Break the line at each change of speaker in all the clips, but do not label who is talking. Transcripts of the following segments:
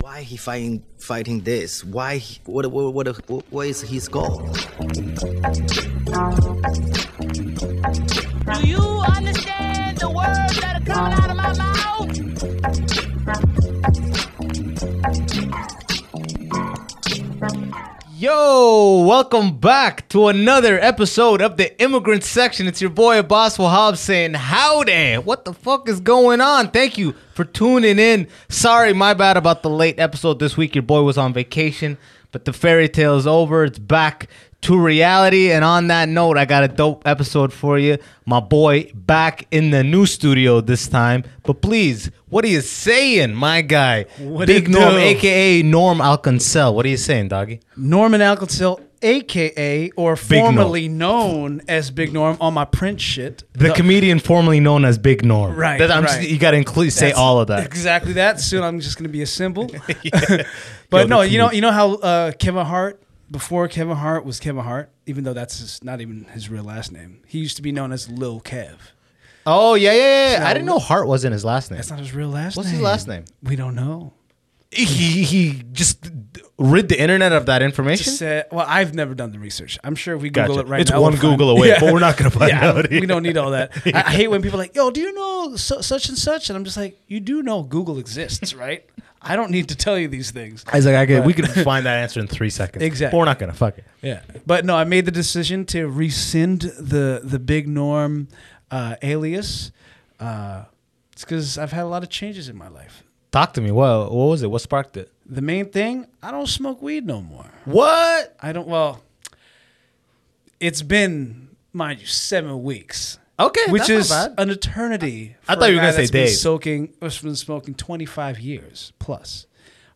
Why he fighting fighting this? Why he- what what what, what, what is his goal?
Do you understand the words that are coming out of my mouth?
Yo, welcome back to another episode of the Immigrant Section. It's your boy Abbas Wahab saying howdy. What the fuck is going on? Thank you for tuning in. Sorry, my bad about the late episode this week. Your boy was on vacation, but the fairy tale is over. It's back to reality. And on that note, I got a dope episode for you. My boy back in the new studio this time. But please, what are you saying, my guy?
What
Big
it
Norm,
do?
aka Norm Alcancel. What are you saying, doggy?
Norman Alcatel, aka or
Norm.
formerly known as Big Norm, on my print shit.
The comedian formerly known as Big Norm.
Right,
That- I'm
right.
just- you got to include say
That's
all of that.
Exactly that. Soon I'm just going to be a symbol. but no,
the
you know,
commu-
you know how uh, Kevin Hart before Kevin Hart was Kevin Hart, even though that's his, not even his real last name. He used to be known as Lil Kev.
Oh yeah, yeah, yeah. I
So-
didn't know Hart wasn't his last name.
That's not his real last
What's
name.
his last name?
We don't know.
He he just rid the internet of that information.
Just said, well, I've never done the research. I'm sure if we
Gotcha.
Google it right
It's
now.
one
we'll find-
Google away, but we're not gonna find
Yeah,
out
We don't
here.
need all that. I, I hate when people are like, yo, do you know su- such and such? And I'm just like, you do know Google exists, right? I don't need to tell you these things.
I was like, I could, we could find that answer in three seconds.
Exactly.
But we're not gonna fuck it.
Yeah, but no, I made the decision to rescind the the Big Norm uh, alias. Uh, it's because I've had a lot of changes in my life.
Talk to me. Well, what was it? What sparked it?
The main thing, I don't smoke weed no more.
What?
I don't. Well, it's been, mind you, seven weeks.
Okay,
which
that's not bad.
is an eternity.
I
for
thought
a
you were gonna
guy
say
that's been
days.
Soaking, has been smoking twenty five years plus.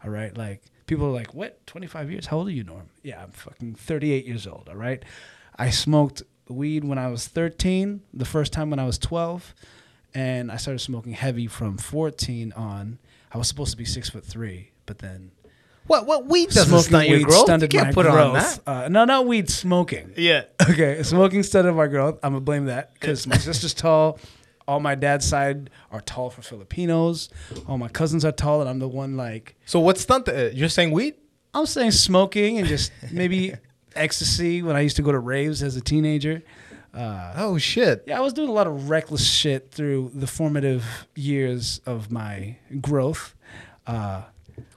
All right, like people are like, "What? Twenty five years? How old are you, Norm?" Yeah, I'm fucking thirty eight years old. All right, I smoked weed when I was thirteen. The first time when I was twelve, and I started smoking heavy from fourteen on. I was supposed to be six foot three, but then
What? What weed doesn't stunt your
weed
growth? You
stunted
can't
my
put it on that.
growth. Uh, no, not weed smoking.
Yeah.
Okay, smoking stunted my growth. I'm gonna blame that because my sister's tall. All my dad's side are tall for Filipinos. All my cousins are tall, and I'm the one like
So what stunt? Uh, you're saying weed?
I'm saying smoking and just maybe ecstasy when I used to go to raves as a teenager. Uh,
Oh shit.
yeah, I was doing a lot of reckless shit through the formative years of my growth. Uh,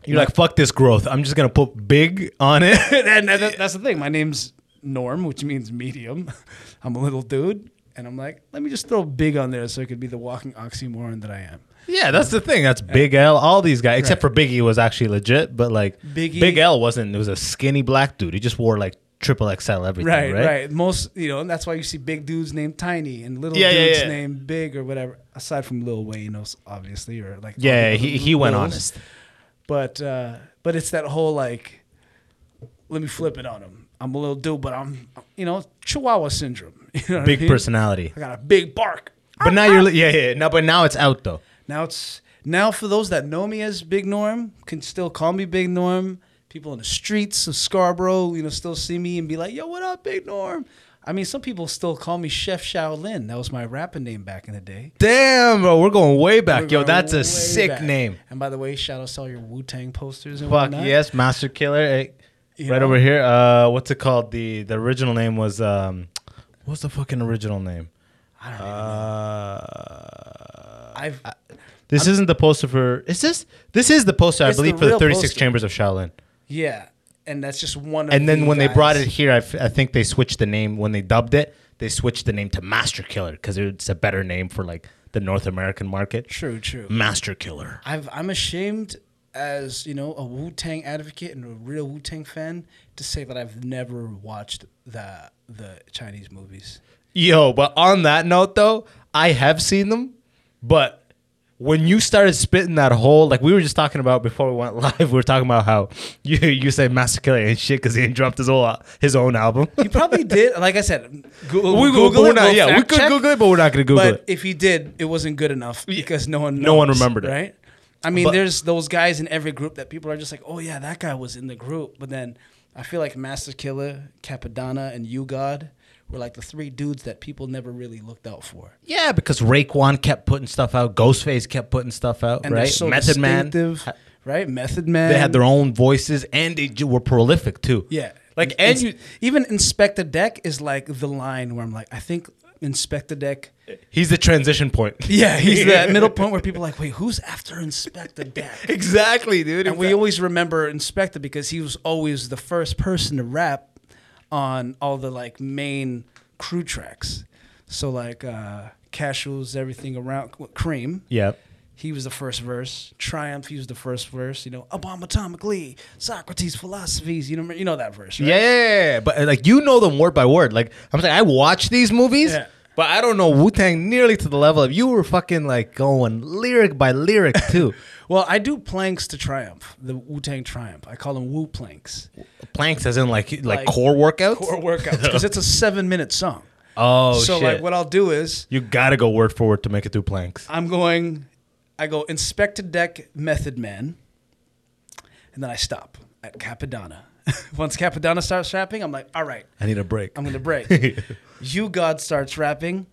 You're like fuck this growth. I'm just gonna put big on it.
and that, that's the thing. My name's Norm, which means medium. I'm a little dude, and I'm like, let me just throw big on there so it could be the walking oxymoron that I am.
Yeah, that's the thing. That's Big L. All these guys, except for Biggie, was actually legit. But like
Biggie-
Big L wasn't. It was a skinny black dude. He just wore like triple XL everything. Right.
Right, right, Most, you know, and that's why you see big dudes named Tiny and little
Yeah, yeah,
dudes
yeah.
named Big or whatever. Aside from Lil Wayne, os- obviously, or like all
Yeah,
the
he,
other
he went
Lils.
honest.
But uh, but it's that whole like, let me flip it on him. I'm a little dude, but I'm you know Chihuahua syndrome. You know what I
Big
mean?
personality.
I got a big bark.
But now you're li- yeah yeah. No, but now it's out though.
Now it's now for those that know me as Big Norm can still call me Big Norm. People in the streets of Scarborough, you know, still see me and be like, "Yo, what up, Big Norm?" I mean, some people still call me Chef Shaolin. That was my rapping name back in the day.
Damn, bro, we're going way back,
We're
yo.
going
That's
way
a sick
back.
name.
And by the way, shout out to all your Wu Tang posters and
Fuck
whatnot.
yes, Master Killer. eh,
You
right
know?
over here. Uh, what's it called? The the original name was um, what's the fucking original name?
I don't
Uh.
I've
This isn't the poster for. Is this? This is the poster, I
It's the
believe, for the
real
36
poster.
Chambers of Shaolin.
yeah, and that's just one. of
And then
the
when they brought it
guys.
here, I, f- I think they switched the name. When they dubbed it, they switched the name to Master Killer because it's a better name for like the North American market.
true, true.
Master Killer.
I've, I'm ashamed as you know a Wu Tang advocate and a real Wu Tang fan to say that I've never watched the the Chinese movies.
Yo, but on that note though, I have seen them, but when you started spitting that whole like we were just talking about before we went live, we were talking about how you you say Master Killer and shit because he ain't dropped his whole his own album.
He probably did. Like I said, mm, Google,
We-
Google
but we're
it,
not-
we'll
yeah, we
fact
could
check,
Google it, but we're not gonna Google
but
it.
if he did, it wasn't good enough because no one knows,
No one remembered it.
right? I mean,
But-
there's those guys in every group that people are just like, oh yeah, that guy was in the group, but then I feel like Master Killer, Capadonna, and You God were like the three dudes that people never really looked out for.
Yeah, because Raekwon kept putting stuff out, Ghostface kept putting stuff out,
and
right?
they're so
Method Man.
distinctive, right? Method Man.
They had their own voices and they ju- were prolific too.
Yeah.
Like,
Ins-
and
ins-
you-
even Inspector Deck is like the line where I'm like, I think Inspector Deck.
He's the transition point.
Yeah, he's that middle point where people are like, wait, who's after Inspector Deck?
exactly, dude.
And we always remember Inspector because he was always the first person to rap on all the like main crew tracks. So like uh Casuals, everything around Cream.
yeah.
He was the first verse. Triumph, he was the first verse. You know, Abomatomically, Socrates' philosophies. You know, you know that verse, right?
Yeah, yeah, yeah. but uh, like you know them word by word. Like I'm saying, I watch these movies,
Yeah.
but I don't know Wu Tang nearly to the level of you were fucking like going lyric by lyric too.
Well, I do planks to Triumph, the Wu Tang Triumph. I call them Wu planks.
Planks as in like like,
Like,
core workouts.
Core workouts because it's a seven-minute song.
oh
so
shit!
like, what I'll do is
you gotta go word for word to make it through planks.
I'm going, I go Inspector Deck Method Man, and then I stop at Capadonna. Once Capadonna starts rapping, I'm like, all right,
I need a break.
I'm gonna break. you God starts rapping.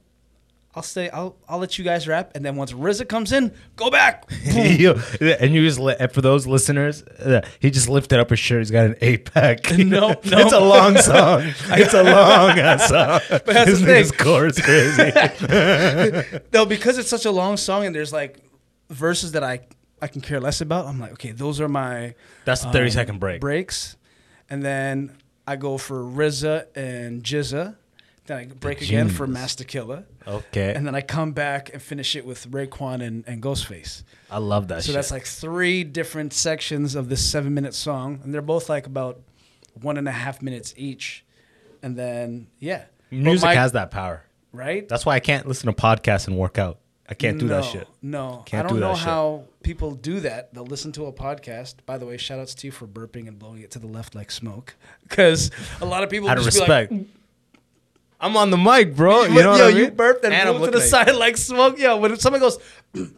I'll stay. I'll I'll let you guys rap, and then once RZA comes in, go back. Boom.
Yo, and you just li- and for those listeners, uh, he just lifted up his shirt. He's got an eight pack.
No, no.
it's a long song. It's a long ass song.
that's
His
the thing.
nigga's core is crazy.
No, because it's such a long song, and there's like verses that I I can care less about. I'm like, okay, those are my
That's the
um,
30 second break.
breaks, and then I go for RZA and Jizza. Then I break again for Master Killer.
Okay.
And then I come back and finish it with Raekwon and, and Ghostface.
I love that.
So
shit.
that's like three different sections of this seven minute song. And they're both like about one and a half minutes each. And then, yeah. But
music
my-
has that power.
Right?
That's why I can't listen to podcasts and work out. I can't do that
No,
shit.
No,
Can't
I don't
do that
know
shit.
how people do that. They'll listen to a podcast. By the way, shout outs to you for burping and blowing it to the left like smoke. Because a lot of people
Out of
just
respect.
be like,
I'm on the mic, bro. You
"What-
know what
yo,
I mean?
you burped and,
And I'm
blew to the
looking at
side like smoke. Yo, when someone goes,
you.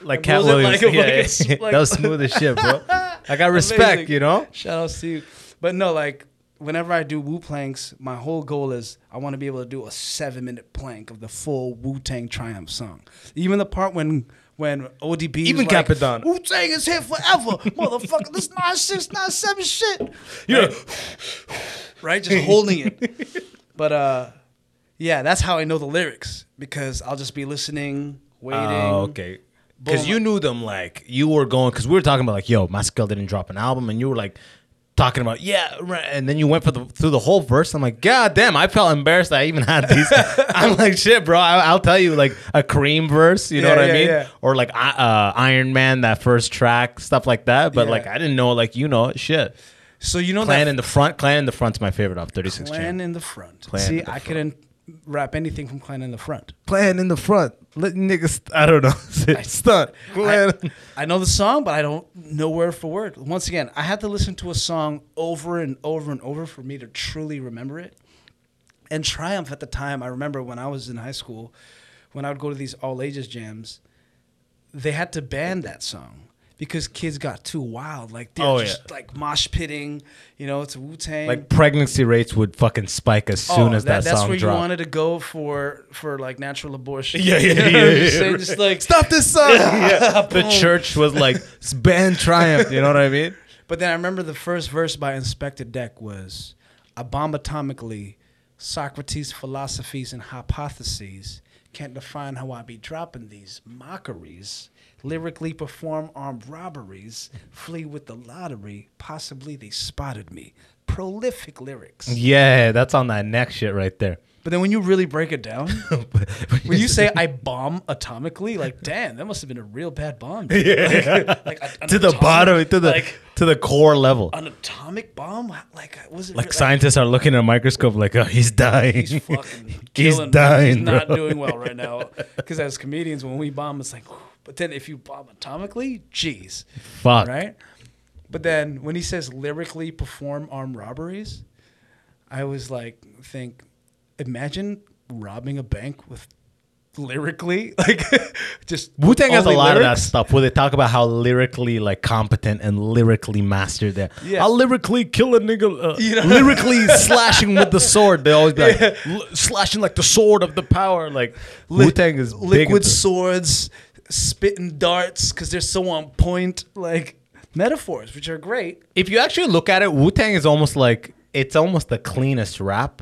Like Cat
blows it
Williams.
like a
Yeah,
fucking
yeah, yeah.
smoke.
that was smooth as shit, bro. I got respect,
Amazing.
you know?
Shout outs to you. But no, like whenever I do Wu planks, my whole goal is I want to be able to do a seven minute plank of the full Wu Tang Triumph song. Even the part when when ODB is
Even
like,
Capadonna.
Wu Tang is here forever, motherfucker. This nine six nine seven shit,
You're
right? Just holding it. But uh, yeah, that's how I know the lyrics because I'll just be listening, waiting.
Oh, okay. Because
Boom.
you knew them, like you were going. Because we were talking about, like, yo, my skill didn't drop an album, and you were like talking about, yeah, right. And then you went for the through the whole verse. I'm like, god damn, I felt embarrassed. That I even had these. I'm like, shit, bro. I, I'll tell you, like a cream verse. You know
Yeah,
what
yeah,
I mean?
yeah.
Or like I- uh, Iron Man, that first track, stuff like that. But
Yeah.
like, I didn't know, like you know, shit.
So you know
Clan
that
in the front. Clan in the front's my favorite off 36
Clan
Clan,
in the front.
Clan
See,
in the
I
front.
couldn't rap anything from Clan in the front.
Clan in the front. Let niggas. I don't know. Stunt.
I,
Clan.
I know the song, but I don't know word for word. Once again, I had to listen to a song over and over and over for me to truly remember it. And Triumph at the time, I remember when I was in high school, when I would go to these all ages jams, they had to ban that song because kids got too wild. Like they're
Oh, yeah.
just like mosh pitting, you know, it's Wu Tang.
Like pregnancy rates would fucking spike as soon
Oh,
as that,
that's
song
where you
dropped.
wanted to go for for like natural abortion.
Yeah, yeah,
You know
yeah,
what I'm
yeah,
saying?
yeah.
Just like
Stop this song! the church was like "It's band triumph. You know what I mean?
But then I remember the first verse by Inspector Deck was Abomatomically, Socrates' philosophies and hypotheses can't define how I be dropping these mockeries. Lyrically perform armed robberies, flee with the lottery. Possibly they spotted me. Prolific lyrics.
Yeah, that's on that neck shit right there.
But then when you really break it down, when you say I bomb atomically, like damn, that must have been a real bad bomb. dude. Like, like a- an
to the
atomic-
bottom, to the
like
to the core level.
an atomic bomb. Like was it
Like
re-
scientists are looking at a microscope, like, oh, he's dying.
He's fucking
He's
killing. me.
dying,
He's not
bro.
doing well right now. Because as comedians, when we bomb, it's like. whew. But then if you bomb atomically, jeez,
Fuck.
right? But then when he says lyrically perform armed robberies, I was like, think, imagine robbing a bank with lyrically, like, just
Wu Tang has a
only
lot of that
lyrics.
stuff where they talk about how lyrically like competent and lyrically mastered they are.
Yeah.
I'll lyrically kill a nigga, uh,
You know?
lyrically slashing with the sword. They always be like l- slashing like the sword of the power. Like Wu Tang is big
liquid
into-
swords, spitting darts because they're so on point, like metaphors, which are great.
if you actually look at it, Wu Tang is almost like it's almost the cleanest rap,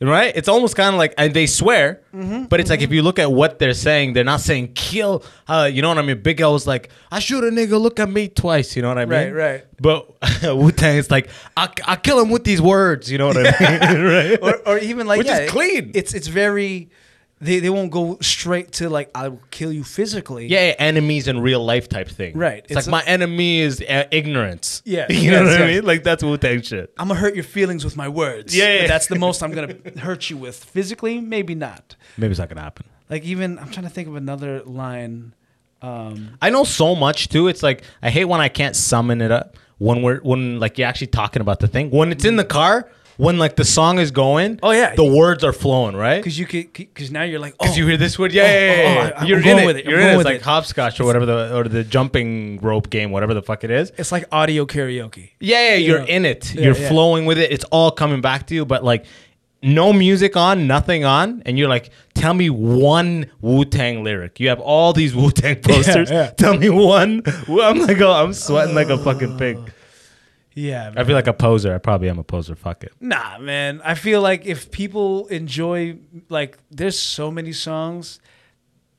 right? It's almost kind of like and they swear,
Mm-hmm,
but it's like if you look at what they're saying, they're not saying kill. Uh, you know what I mean? Big L was like, I shoot a nigga, look at me twice. You know what I mean?
Right, right.
But Wu Tang is like, I, I kill him with these words. You know what I mean? right?
Or, or even like
Which
yeah,
is
it-
clean.
It's it's very. They, they won't go straight to like I will kill you physically.
yeah, yeah, enemies in real life type thing.
Right.
It's,
It's
like
a-
my enemy is uh, ignorance.
Yeah,
You know
yes,
what I
yes.
mean? Like that's Wu Tang shit.
I'm gonna hurt your feelings with my words.
Yeah, yeah.
But that's the most I'm gonna hurt you with physically. Maybe not.
Maybe it's not gonna happen.
Like even I'm trying to think of another line. Um,
I know so much too. It's like I hate when I can't summon it up when we're when like you're actually talking about the thing. When it's in the car, when like the song is going,
Oh, yeah.
the words are flowing, right?
because you could because now you're like oh
Because you hear this word, yeah,
oh,
yeah, yeah,
oh,
yeah.
I- I'm
you're in
going
it.
with it. I'm
You're in it. It's
going with
like
it.
hopscotch or whatever the or the jumping rope game, whatever the fuck it is.
it's like audio karaoke.
Yeah, yeah, you're
know.
in it.
Yeah,
you're
yeah.
flowing with it. It's all coming back to you, but like no music on, nothing on, and you're like, tell me one Wu Tang lyric. You have all these Wu Tang posters.
yeah.
Tell me one. Wu- I'm like, oh, I'm sweating like a fucking pig.
Yeah,
I feel like a poser. I probably am a poser. Fuck it.
Nah, man. I feel like if people enjoy, like, there's so many songs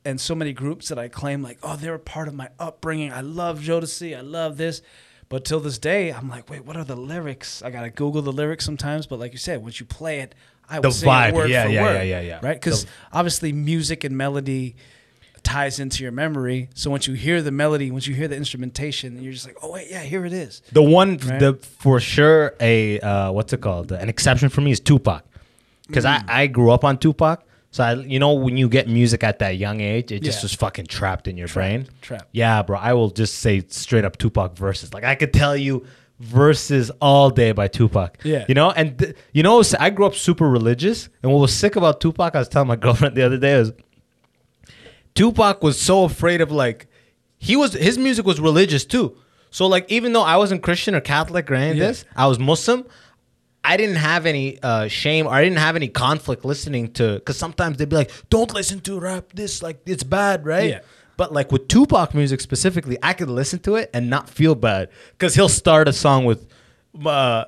and so many groups that I claim, like, oh, they're a part of my upbringing. I love Jodeci. I love this. But till this day, I'm like, wait, what are the lyrics? I got to Google the lyrics sometimes. But like you said, once you play it, I will
The
sing
vibe.
it word
Yeah,
for
yeah,
word.
yeah, yeah, yeah.
Right? Because obviously music and melody ties into your memory. So once you hear the melody, once you hear the instrumentation, you're just like, oh, wait, yeah, here it is.
The one, the for sure, a uh, what's it called? An exception for me is Tupac, because
Mm.
I I grew up on Tupac. So I, you know, when you get music at that young age, it just
Yeah.
was fucking trapped in your brain.
trapped.
Yeah, bro. I will just say straight up Tupac verses. Like I could tell you verses all day by Tupac.
Yeah.
You know, and th- you know, I grew up super religious, and what was sick about Tupac, I was telling my girlfriend the other day, is Tupac was so afraid of like he was his music was religious too. So like even though I wasn't Christian or Catholic or any of
Yeah.
this, I was Muslim. I didn't have any uh, shame or I didn't have any conflict listening to because sometimes they'd be like, "Don't listen to rap. This like it's bad, right?"
Yeah.
But like with Tupac music specifically, I could listen to it and not feel bad because he'll start a song with. Uh,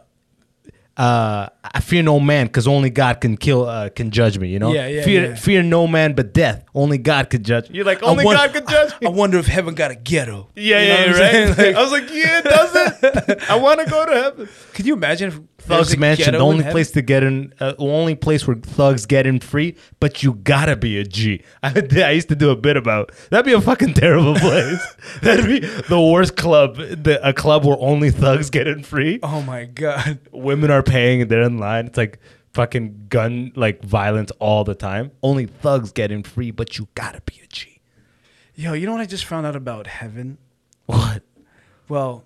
uh, I fear no man, because only God can kill, uh, can judge me. You know,
Yeah, yeah,
fear,
yeah.
fear no man but death. Only God could judge. me. You're like,
I
only
won-
God could judge me.
I wonder if heaven got a ghetto.
Yeah,
You know
yeah,
what I'm saying?
right.
Like,
I was like, yeah, it does it? I want to go to heaven.
Can you imagine if there's
Thugs
a
Mansion,
ghetto
the
in
only
heaven?
place to get in, uh, only place where thugs get in free. But you gotta be a G. I, did- I used to do a bit about that'd be a fucking terrible place. that'd be the worst club, the, a club where only thugs get in free.
Oh my god.
Women are paying, and they're in line. It's like fucking gun, like violence all the time. Only thugs get in free, but you gotta be a G.
Yo, you know what I just found out about heaven?
What?
Well,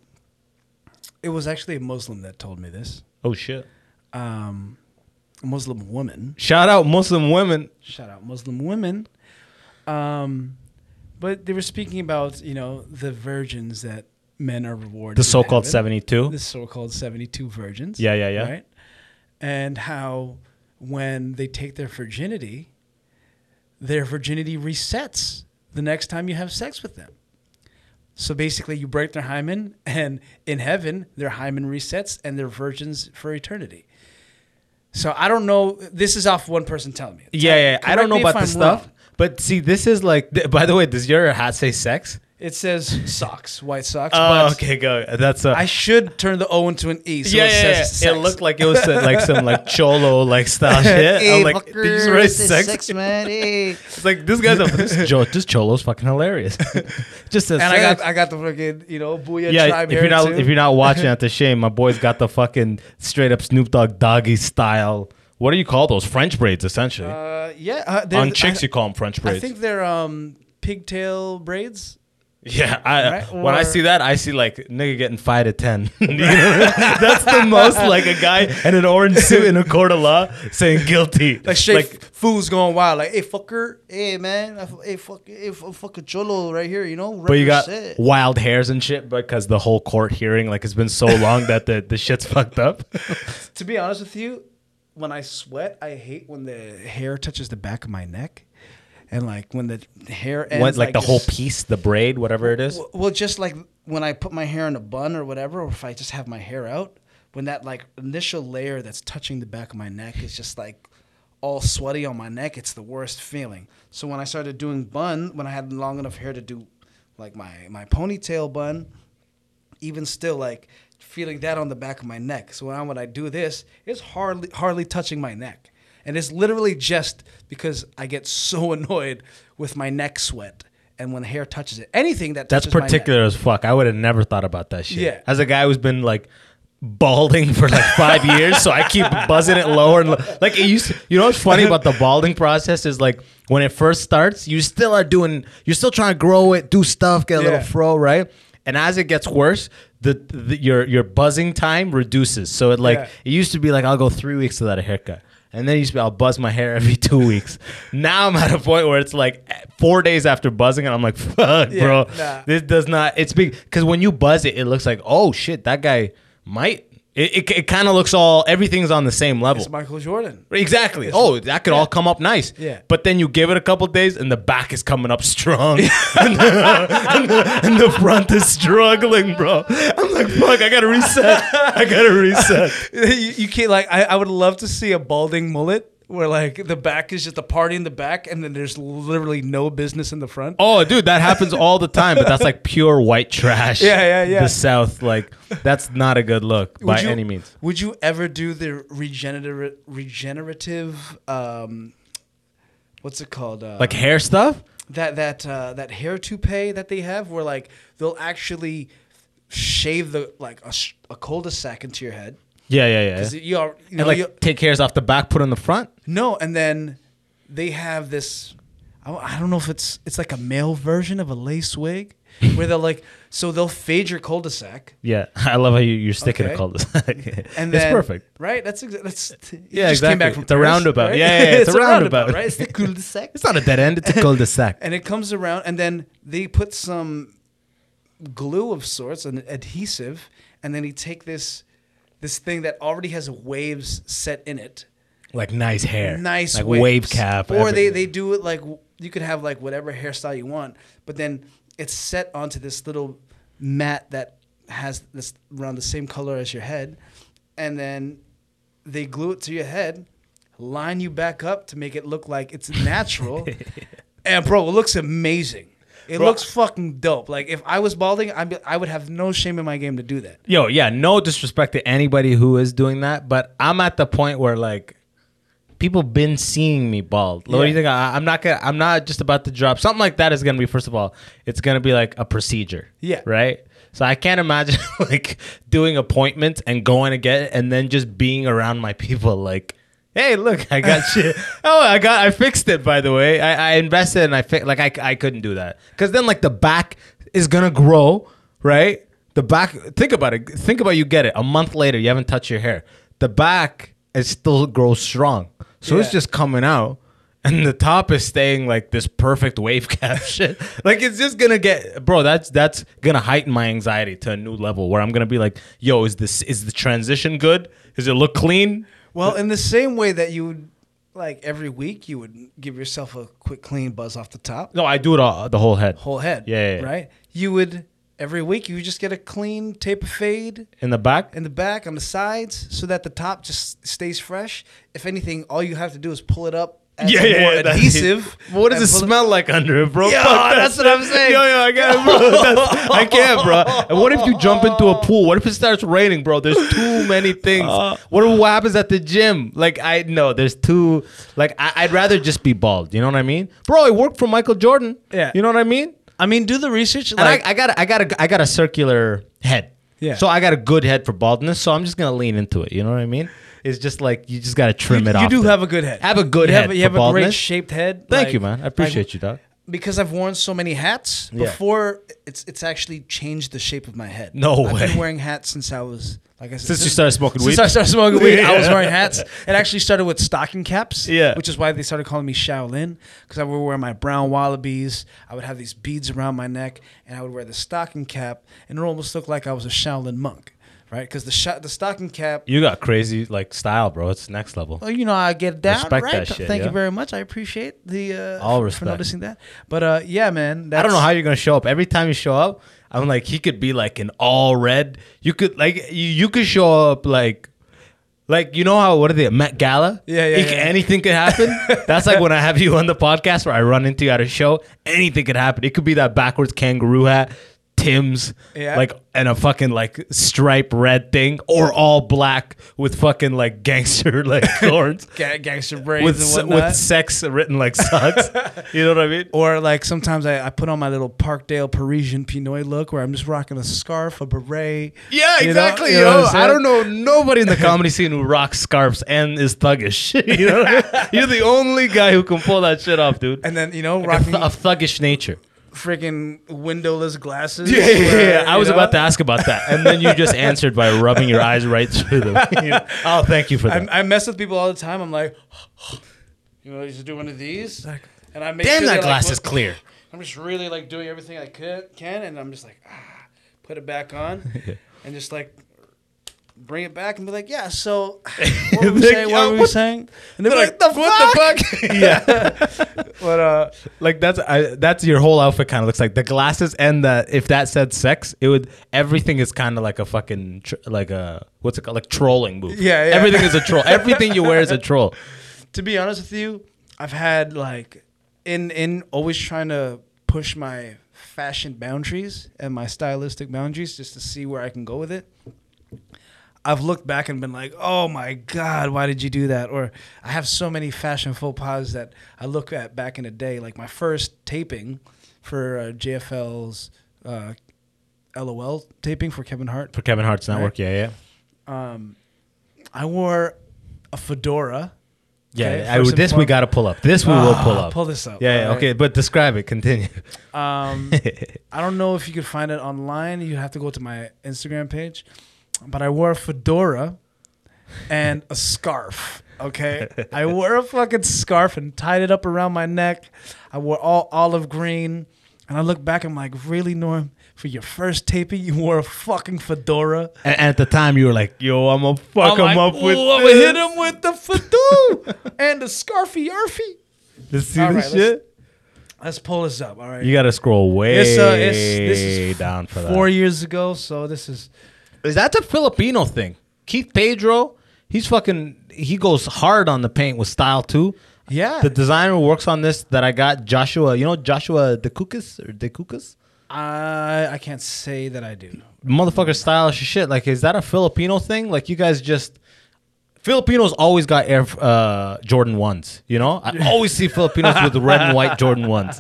it was actually a Muslim that told me this.
Oh shit!
Um, a Muslim woman.
Shout out Muslim women.
Shout out Muslim women. Um, but they were speaking about, you know, the virgins that men are rewarded.
The
in
so-called
heaven.
72?
The so-called 72 virgins.
Yeah, yeah, yeah.
Right? And how when they take their virginity, their virginity resets the next time you have sex with them. So basically, you break their hymen, and in heaven, their hymen resets and they're virgins for eternity. So I don't know. This is off one person telling me.
Yeah, yeah. yeah. I
Correct
don't know
me if
about the
I'm
stuff.
wrong.
But see, this is like. th- by the way, does your hat say sex?
It says socks, white socks.
Oh,
but
okay, go. That's a.
I should turn the O into an E. So
yeah,
it
yeah,
says
yeah.
sex.
It looked like it was uh, like some like cholo like style shit. I'm like, did you just write sex?
man.
It's like this guy's a this, jo- this cholo's fucking hilarious. just says
And I
sex.
got I got the fucking you know booyah
yeah,
tribe
if you're
hair,
not
too.
if you're not watching, that's a shame. My boy's got the fucking straight up Snoop Dogg doggy style. What do you call those French braids? Essentially,
uh, yeah, uh, they're-
on
I-
chicks you call them French braids.
I think they're um pigtail braids.
Yeah, I,
Right?
when I
Or-
see that, I see like nigga getting five to ten. You know? That's the most like a guy in an orange suit in a court of law saying guilty.
Like straight fools going wild, like hey fucker,
Hey man, I f- hey fuck, hey f- fucking cholo right here, you know.
but you got
represent.
wild hairs and shit because the whole court hearing like it's been so long that the, the shit's fucked up.
To be honest with you, when I sweat, I hate when the hair touches the back of my neck. and like when the hair ends,
What, like, the whole
just-
piece, the braid, whatever it is.
W- Well, just like when I put my hair in a bun or whatever, or if I just have my hair out, when that like initial layer that's touching the back of my neck is just like all sweaty on my neck, it's the worst feeling. So when I started doing bun, when I had long enough hair to do like my my ponytail bun, even still like feeling that on the back of my neck. So now when I do this, it's hardly hardly touching my neck. And it's literally just because I get so annoyed with my neck sweat and when hair touches it. Anything that
That's
touches my neck.
particular as fuck. I would have never thought about that shit.
Yeah.
As a guy who's been like balding for like five years, so I keep buzzing it lower and lo- like it used. you know what's funny about the balding process is like when it first starts, you still are doing, you're still trying to grow it, do stuff, get a little
Yeah.
fro, right? And as it gets worse, the, the your your buzzing time reduces. So it like
Yeah.
it used to be like I'll go three weeks without a haircut. And then it used to be I'll buzz my hair every two weeks. Now I'm at a point where it's like four days after buzzing, and I'm like, fuck,
Yeah,
bro.
nah.
This does not. It's big because when you buzz it, it looks like oh shit, that guy might. It it, it kind of looks all everything's on the same level.
It's Michael Jordan.
Exactly. Oh, that could all come up nice.
Yeah.
But then you give it a couple days, and the back is coming up strong, and, the, and the- and the front is struggling, bro. I'm like, fuck, I gotta reset. I gotta reset.
you, you can't like I, I would love to see a balding mullet where like the back is just a party in the back and then there's literally no business in the front.
Oh, dude, that happens all the time, but that's like pure white trash.
Yeah, yeah, yeah.
The South, like, that's not a good look by
you,
any means.
Would you ever do the regenerative regenerative um what's it called? Uh,
Like hair stuff?
that that uh, that hair toupee that they have where like they'll actually shave the like a, sh- a cul-de-sac into your head.
Yeah, yeah, yeah.
'Cause you are you know,
and like
you-
take hairs off the back, put on the front.
No, and then they have this. I don't- I don't know if it's it's like a male version of a lace wig, where they're like, so they'll fade your cul-de-sac.
Yeah, I love how you, you're sticking
Okay.
a cul-de-sac.
And
it's
then-
perfect.
right? That's exa- that's
Yeah, exactly. It's a
Paris,
roundabout.
right?
Yeah, yeah, yeah, it's a roundabout.
right? It's the cul-de-sac,
It's not a dead end. It's a cul-de-sac.
and it comes around, and then they put some glue of sorts, an adhesive, and then you take this this thing that already has waves set in it,
like nice hair,
nice
like
waves.
wave cap,
or
everything.
they they do it like w- you could have like whatever hairstyle you want but then it's set onto this little mat that has this around the same color as your head and then they glue it to your head line you back up to make it look like it's natural and bro it looks amazing it looks fucking dope. Like if I was balding, I'd be, I would have no shame in my game to do that.
Yo, yeah, no disrespect to anybody who is doing that, but I'm at the point where like people been seeing me bald. What do you think? I, I'm not gonna. I'm not just about to drop something like that. Is gonna be first of all, it's gonna be like a procedure.
Yeah.
Right. So I can't imagine like doing appointments and going to get it and then just being around my people like. Hey, look! I got shit. Oh, I got. I fixed it. By the way, I, I invested and I fi- like I, I couldn't do that because then like the back is gonna grow, right? The back. Think about it. Think about you get it a month later. You haven't touched your hair. The back it still grows strong. So it's
Yeah.
just coming out, and the top is staying like this perfect wave cap shit. Like it's just gonna get, bro. That's that's gonna heighten my anxiety to a new level where I'm gonna be like, yo, is this is the transition good? Does it look clean?
Well, in the same way that you would, like every week, you would give yourself a quick clean buzz off the top,
No, I do it all the whole head,
whole head.
Yeah, yeah, yeah.
Right? You would, every week, you would just get a clean taper fade
in the back.
in the back, on the sides, so that the top just stays fresh. If anything, all you have to do is pull it up. Add some more
that-
adhesive.
What does
and
it
pull
smell like under it, bro?
Yeah,
Fuck that
that's
shit.
what I'm saying.
Yo, yo, I can't, bro. That's- I can't, bro. And what if you jump into a pool? What if it starts raining, bro? There's too many things. What if what happens at the gym? Like, I know there's too. Like, I, I'd rather just be bald. You know what I mean, bro? I worked for Michael Jordan.
Yeah.
You know what I mean?
I mean, do the research.
And
Like,
I, I got, a- I got, a, I got a circular head.
Yeah.
So I got a good head for baldness. So I'm just gonna lean into it. You know what I mean? It's just like you just gotta trim
you,
it off.
you do
there.
have a good head.
Have a good
you
head
Have,
for
you have a great
baldness.
shaped head.
Thank
like-
you, man. I
like,
appreciate you, dog.
because I've worn so many hats
Yeah.
before it's it's actually changed the shape of my head.
No
I've
way.
been wearing hats since I was like I said
Since you started smoking
since
weed?
I started smoking weed, I was
Yeah.
wearing hats. It actually started with stocking caps,
Yeah.
which is why they started calling me Shaolin because I would wear my brown wallabies. I would have these beads around my neck, and I would wear the stocking cap, and it almost looked like I was a Shaolin monk. right? Because the shot, the stocking cap.
You got crazy like style, bro. It's next level.
Well, you know, I get down.
Respect
right.
that shit,
Thank
yeah.
you very much. I appreciate the uh,
All
for- for
respect.
noticing that. But uh, yeah, man, that's,
I don't know how you're gonna show up. Every time you show up, I'm like, he could be like an all red. You could like you, you could show up like like you know how what are they Met Gala?
Yeah, yeah,
It could-
yeah.
Anything could happen. That's like when I have you on the podcast where I run into you at a show. Anything could happen. It could be that backwards kangaroo hat, Tim's,
Yeah.
like and a fucking like stripe red thing, or all black with fucking like gangster like horns.
ga- gangster braids
With,
and
se-
whatnot.
with sex written like sucks. you know what I mean?
Or like sometimes I, I put on my little Parkdale Parisian Pinoy look where I'm just rocking a scarf, a beret.
Yeah,
you know-
exactly.
you know
yo.
what I'm
I don't
saying?
know nobody in the comedy scene who rocks scarves and is thuggish. you know what I mean? You're the only guy who can pull that shit off, dude.
And then you know,
Like a,
rocking
th- a thuggish nature.
freaking windowless glasses.
Yeah,
where,
I
you
was
know,
about to ask about that, and then you just answered by rubbing your eyes right through them. You know? Oh, thank you for that.
I, I mess with people all the time. I'm like, you know, you just do one of these, and I make
Damn,
sure
that
they're
glass
like,
is clear.
I'm just really like doing everything I could can, and I'm just like, ah, put it back on, and just like bring it back and be like, yeah. So what were we
Like,
saying?
yeah,
What were we
what-
saying? And they're
Like,
like, the
what
fuck?
the fuck? yeah,
But uh,
like that's I, that's your whole outfit kind of looks like the glasses and the if that said sex, it would everything is kind of like a fucking tr- like a what's it called like trolling move.
Yeah, yeah.
everything is a troll. Everything you wear is a troll.
to be honest with you, I've had like in in always trying to push my fashion boundaries and my stylistic boundaries just to see where I can go with it. I've looked back and been like, "Oh my god, why did you do that?" Or I have so many fashion faux pas that I look at back in the day, like my first taping for uh, JFL's uh, LOL taping for Kevin Hart.
for Kevin Hart's network. Yeah, yeah,
I wore a fedora.
yeah.
Okay,
I,
first and
this we
foremost-
got to pull up. This we will pull
Ah,
up.
pull this up.
Yeah, yeah,
Alright.
okay. But describe it. Continue.
Um, I don't know if you could find it online. You have to go to my Instagram page. But I wore a fedora and a scarf. Okay, I wore a fucking scarf and tied it up around my neck. I wore all olive green, and I look back. I'm like, really, Norm? For your first taping, you wore a fucking fedora.
and, and at the time, you were like, "Yo, I'm gonna fuck
I'm
him
like,
up with
"Ooh, I'ma
this.
hit him with the fedora and the scarfy yarfy.
Let's see
All
this
right, let's-
shit.
Let's pull this up. All right.
You gotta scroll way
It's, uh, it's, this is
down for that.
four years ago, so this is
Is that a Filipino thing? Keith Pedro, he's fucking. He goes hard on the paint with style too.
yeah.
The designer who works on this that I got, Joshua. You know Joshua DeCucas or DeCucas?
I I can't say that I do.
motherfucker stylish as shit. Like, is that a Filipino thing? Like, you guys just Filipinos always got Air uh, Jordan ones. You know, I always see Filipinos with red and white Jordan ones.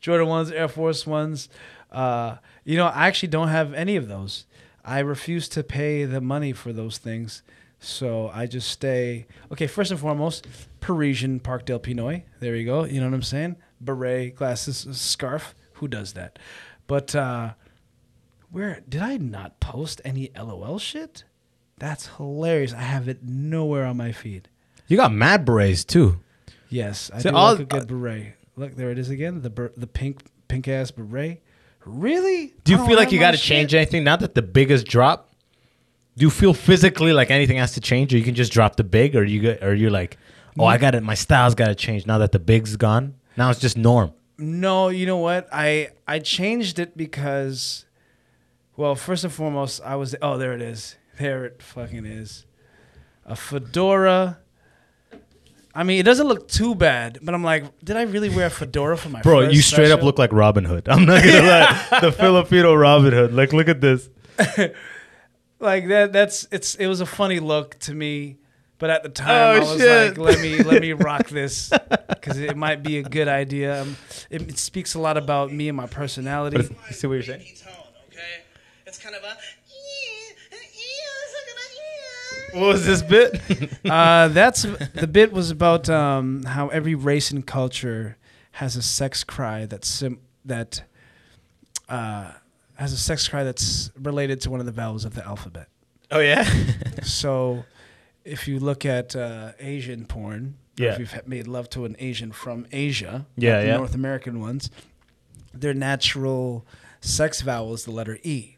Jordan ones, Air Force ones. Uh, you know, I actually don't have any of those. I refuse to pay the money for those things, so I just stay. Okay, first and foremost, Parisian Parkdale Pinoy. There you go. You know what I'm saying? Beret, glasses, scarf. Who does that? But uh, where did I not post any LOL shit? That's hilarious. I have it nowhere on my feed.
You got mad berets too.
Yes, I
So
do
all-
like a good beret. Look, there it is again. The ber- the pink pink ass beret. Really?
Do
I
you
don't
feel like
have
you
my
got to
shit.
change anything now that the big has dropped? Do you feel physically like anything has to change, or you can just drop the big, or you get, or you're like, oh, I got it. My style's got to change now that the big's gone. Now it's just norm.
No, you know what? I I changed it because, well, first and foremost, I was oh there it is. There it fucking is. A fedora. I mean, it doesn't look too bad, but I'm like, did I really wear a fedora for my
Bro,
first
you straight up
session?
look like Robin Hood. I'm not gonna lie, the Filipino Robin Hood. Like, look at this.
like that that's it's it was a funny look to me but at the time
Oh,
i was
shit.
like let me let me rock this because it might be a good idea Um, it, it speaks a lot about me and my personality
You see what you're saying?
okay? It's kind of a.
What was this bit?
uh, that's the bit was about um, how every race and culture has a sex cry that's sim- that uh, has a sex cry that's related to one of the vowels of the alphabet
oh yeah.
So, if you look at uh, Asian porn, or
Yeah.
if you've ha- made love to an Asian from Asia,
Yeah,
not the
yeah.
North American ones, their natural sex vowel is the letter E.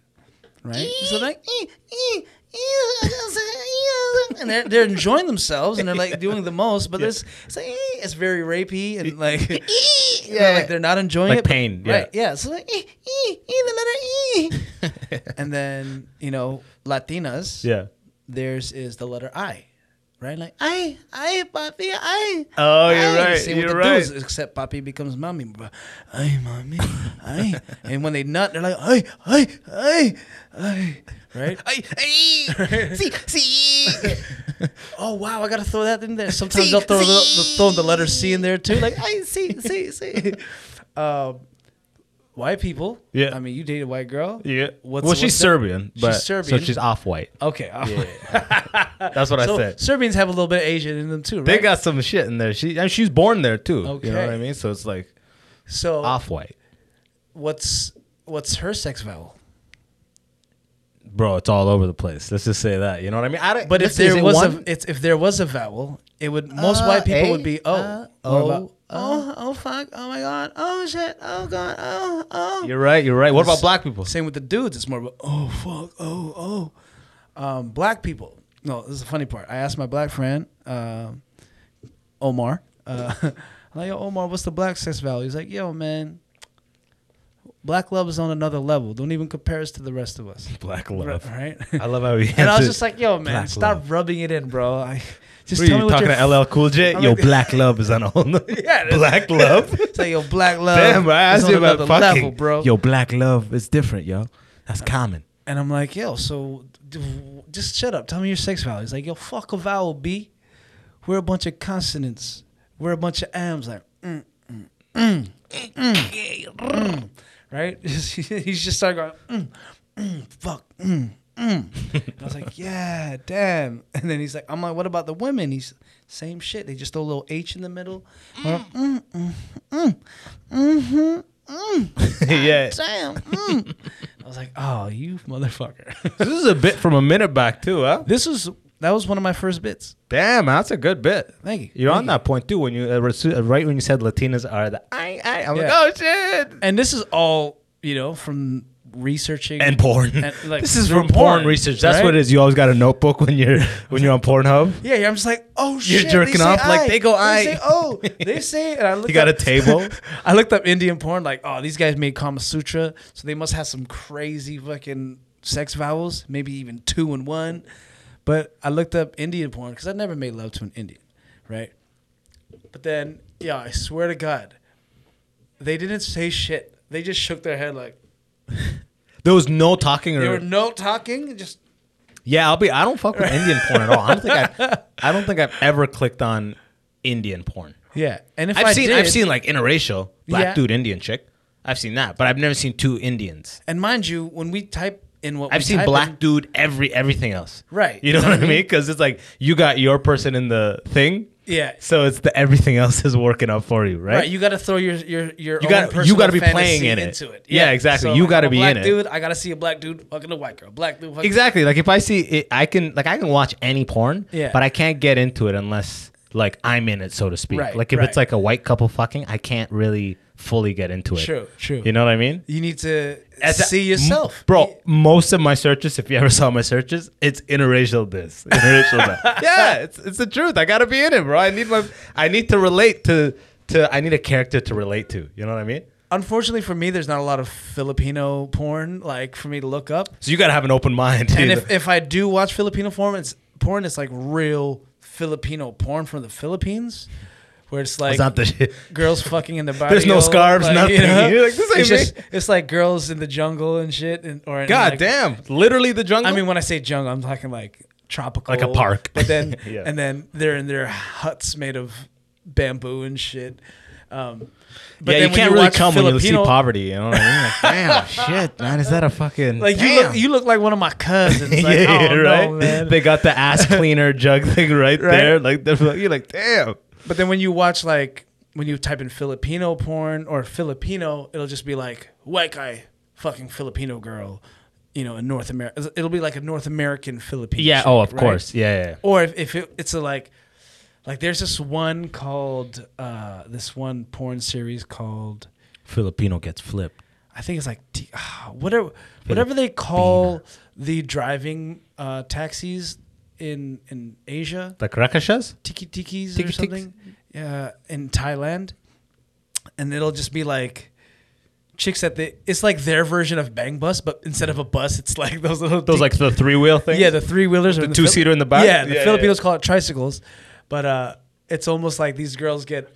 right? So they're like, "Eh, eh, eh," E, and they're, they're enjoying themselves and they're like doing the most, but it's it's, like, eh, it's very rapey and like, yeah, like they're not enjoying
E Like
it. but-
pain, yeah.
right? Yeah, so like, eh, eh, eh, the letter E, and then you know Latinas,
Yeah.
theirs is the letter I, right? Like I, I, papi, I.
Oh, you're
I.
right,
Same with
you're
the dudes,
right.
except papi becomes mommy. But I, mommy, I. and when they nut, they're like I, I, I, I. Right?
see, see.
Oh wow, I gotta throw that in there. Sometimes they'll throw the, they'll throw the letter C in there too. Like I see, see, see. Um, white people.
Yeah.
I mean, you date a white girl.
Yeah.
What's-
well, she's
what's that?
Serbian, but
She's Serbian.
so she's off-white.
Okay. all right.
That's what I
So
said.
Serbians have a little bit of Asian in them too, right?
They got some shit in there. She and she's born there too. You know what
Okay.
I mean? So it's like
so
off-white,
what's what's her sex vowel?
bro. It's all over the place. Let's just say that. You know what I mean? I don't,
But if
listen, is
there
it
was
one-
a it's, if there was a vowel, it would most white people would be oh oh oh oh fuck oh my god oh shit oh god oh oh.
you're right. You're right. What about black people?
Same with the dudes. It's more of a, oh fuck oh oh. Um, black people. No, this is the funny part. I asked my black friend, um Omar. Uh, I'm like, yo, Omar, what's the black sex vowel? He's like, yo, man, black love is on another level. Don't even compare us to the rest of us.
Black
Right?
love.
right?
I love how he.
And I was
answered-
just like, yo, man,
Black
stop
love.
rubbing it in, bro. I, just
What are
tell me
you
what
talking
your
to LL Cool J?
I'm
Yo,
like-
black love is on a whole nother.
Yeah, that's-
black love.
Say, yo, black love.
Damn, bro, I
is
asked
on
you about
another
fucking.
level, bro.
Yo, black love is different, yo. That's common.
And I'm like, yo, so d- just shut up. Tell me your sex vowel. He's like, yo, fuck a vowel, B. We're a bunch of consonants. We're a bunch of M's. Like, mm, mm, mm, mm, mm. right? He's just started going, mm, mm, fuck, mm, mm. And I was like, yeah, damn. And then he's like, I'm like, what about the women? He's same shit. They just throw a little H in the middle.
yeah.
Damn. mm. I was like, oh, you motherfucker.
This is a bit from a minute back too, huh?
this was that was one of my first bits.
Damn, that's a good bit.
Thank you.
You're
Thank
on that point too. When you uh, resu- uh, right when you said Latinas are the I I, I'm
Yeah.
like, oh shit.
And this is all, you know, from researching
And porn.
And, like,
this is
through
from porn,
porn,
research. That's
right?
what it is. You always got a notebook when you're when you're on Pornhub.
Yeah, yeah, I'm just like, oh shit. they
jerking
say
off, like,
I.
they go, I.
They say oh, they say, and I looked
You got a
up,
table.
I looked up Indian porn, like, oh, these guys made Kama Sutra, so they must have some crazy fucking sex vowels, maybe even two and one. But I looked up Indian porn because I never made love to an Indian, right? But then, yeah, I swear to God, they didn't say shit. They just shook their head like
There was no talking
there were
or
no talking, just
yeah. I'll be. I don't fuck with Indian porn at all. I don't think I. I don't think I've ever clicked on Indian porn.
yeah. And if
I've
I
seen.
did,
I've seen like interracial black
Yeah.
dude Indian chick. I've seen that, but I've never seen two Indians.
And mind you, when we type in what we
I've seen
type
black
in-
dude every everything else.
Right.
You know what I mean? Because it's like you got your person in the thing.
Yeah.
So it's the everything else is working out for you, right?
right, you got to throw your your your
You
own
gotta- you
personal
gotta be
fantasy
playing in it.
into it.
Yeah, exactly. You
if I'm
gotta
a
be
black
in it.
Dude, I gotta see a black dude fucking a white girl. Black dude fucking
exactly. Like if I see it, I can like I can watch any porn,
Yeah.
but I can't get into it unless like I'm in it, so to speak.
Right,
like if
right.
it's like a white couple fucking, I can't really fully get into it.
True, true.
You know what I mean?
You need to
As a-
see yourself,
m- bro. Most of my searches, if you ever saw my searches, it's interracial this, interracial that. Yeah, it's it's the truth. I gotta be in it, bro. I need my, I need to relate to to. I need a character to relate to. You know what I mean?
Unfortunately for me, there's not a lot of Filipino porn like for me to look up.
So you gotta have an open mind.
And
you
if,
know?
if I do watch Filipino porn, it's porn. It's like real Filipino porn from the Philippines, where it's like
it's not the shit.
girls fucking in the body.
There's no scarves, nothing. You're like, this ain't
it's just
me.
it's like girls in the jungle and shit. And, or in,
God
like-
damn, literally the jungle.
I mean, when I say jungle, I'm talking like tropical,
Like a park.
But then
Yeah.
and then they're in their huts made of bamboo and shit. Um, but
yeah,
then
you
when
can't really
watch
come when you see
Filipino-
poverty. You know what I mean? Like, damn, shit, man, is that a fucking
Like you
damn.
look, you look like one of my cousins. Like,
yeah,
oh,
right.
No, man.
They got the ass cleaner jug thing right,
Right.
there. Like they're like- you're like, damn.
But then when you watch like when you type in Filipino porn or Filipino, it'll just be like white guy fucking Filipino girl, you know, in North America. It'll be like a North American Filipino.
Yeah.
chick,
Oh, of
right?
course. Yeah. yeah, yeah.
Or if, if it, it's a like, like there's this one called uh, this one porn series called
Filipino gets flipped.
I think it's like T- ah, whatever whatever they call the driving uh, taxis in in Asia,
Like rakashas?
tiki tikis or
Tiki-tiks.
something, yeah, in Thailand, and it'll just be like. Chicks at the it's like their version of bang bus, but instead of a bus, it's like those little
Those like the three wheel things?
yeah, the three wheelers, the,
two-seater in the back?
Yeah, the
Yeah, yeah,
Filipinos call it tricycles, but uh, it's almost like these girls get.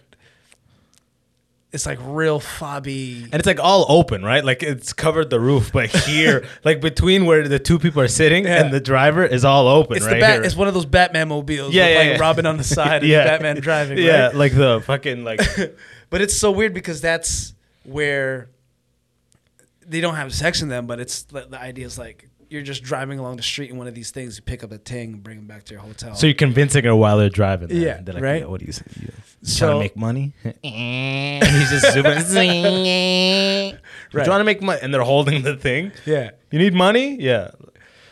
It's like real fobby.
and it's like all open, right? Like it's covered the roof, but here, like between where the two people are sitting
Yeah.
and the driver is all open,
It's
right
the bat.
here.
It's one of those Batman mobiles.
Yeah,
with
yeah,
like
yeah.
Robin on the side and Batman driving.
Yeah,
right?
like the fucking like
but it's so weird because that's where they don't have sex in them, but it's the, the idea is like you're just driving along the street in one of these things. You pick up a ting, and bring them back to your hotel.
So you're convincing her while they're driving. there.
Yeah,
they're like,
right?
"Yeah, what do you say? You trying
So-
to make money? and he's just super.
Right.
Trying to make money, and they're holding the thing.
yeah.
You need money? Yeah.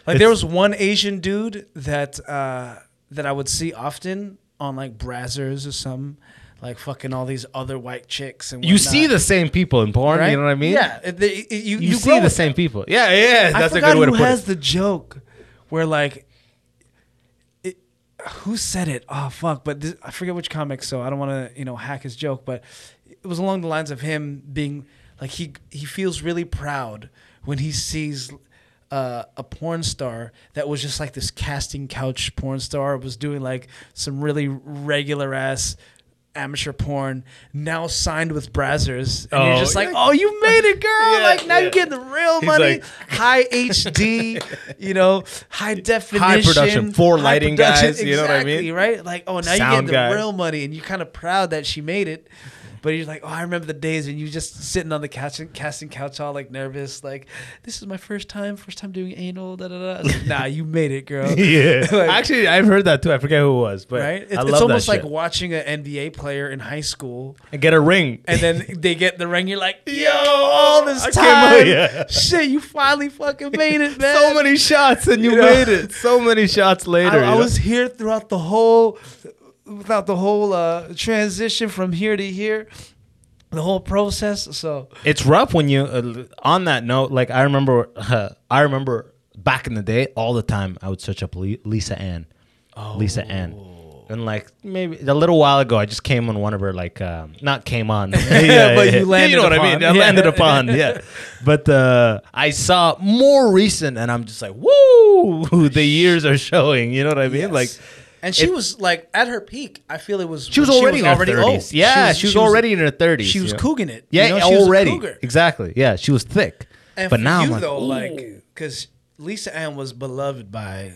Like there
It's-
was one Asian dude that uh, that I would see often on like Brazzers or some, like fucking all these other white chicks and
You see
whatnot,
the same people in porn.
right?
You know what I mean?
Yeah, it- they- it- you,
You,
you
see
grow
the
with
same people. Yeah, yeah.
them.
That's
I
a good way to
who
put
has
it.
the joke where like, it, who said it? Oh fuck! But this, I forget which comic, so I don't want to you know hack his joke. But it was along the lines of him being like he he feels really proud when he sees uh, a porn star that was just like this casting couch porn star was doing like some really regular ass amateur porn now signed with Brazzers and you're
Oh,
just like
yeah.
oh you made it girl
Yeah,
like now
yeah.
you get the real
He's
money
like-
high HD you know high definition
production, four lighting guys, you know what I
exactly,
mean?
right like oh now you get
Sound
the
guy.
real money and you're kind of proud that she made it but you're like, oh, I remember the days when you just sitting on the couch and casting couch all like nervous, like this is my first time, first time doing anal, da da da. I was like, nah, you made it, girl.
Yeah.
Like-
Actually, I've heard that too. I forget who it was, but
Right? It's,
I
it's
love
almost
that
like
shit.
watching an NBA player in high school,
and get a ring.
and then they get the ring. You're like,
Yo,
all this
I can't
time,
believe- yeah.
shit, you finally fucking made it, man.
so many shots and you,
You know?
made it. So many shots later.
I,
you
I
know?
was here throughout the whole, without the whole uh, transition from here to here, the whole process. So
it's rough when you uh, on that note like i remember uh, i remember back in the day all the time i would search up Le- lisa ann lisa
Oh.
ann and like maybe a little while ago i just came on one of her like um, not came on yeah,
But you landed
know what i
upon.
mean i
Yeah.
landed upon yeah but uh, i saw more recent and i'm just like woo the years are showing you know what i mean like
And she
It-
was like at her peak. I feel it was
she was
when
already in her
already
30s.
old.
Yeah, she was, already in her 30s.
she
you
was
know?
cougar it.
Yeah,
you know? She was a
already.
cougar.
Exactly. Yeah, she was thick.
And
but
for
now
you
I'm like,
though,
ooh.
like because Lisa Ann was beloved by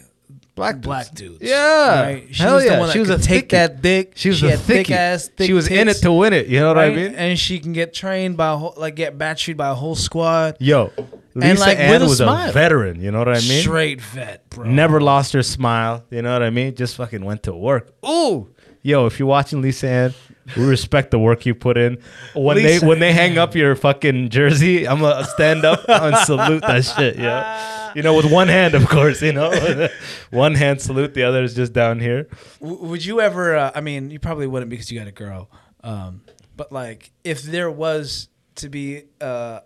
black dudes.
black dudes.
Yeah,
right? she
hell
was
yeah.
the one that
she was
could
a
take
thickie.
that dick.
She was
she
a
had thick
thickie.
ass. Thick
she was in it
tits,
to win it. You know what I
right?
mean?
And she can get trained by a whole, like get battered by a whole squad.
Yo, Lisa
like, with
Ann
a
was
smile.
a veteran. You know what I mean?
Straight vet, bro.
Never lost her smile. You know what I mean? Just fucking went to work. Ooh. Yo, if you're watching Lisa Ann, we respect the work you put in. When
Lisa
they when they hang up your fucking jersey, I'm gonna stand up and salute that shit. Yeah, you know, with one hand, of course. You know, one hand salute, the other is just down here.
W- would you ever? Uh, I mean, you probably wouldn't because you got a girl. Um, but like, if there was to be uh,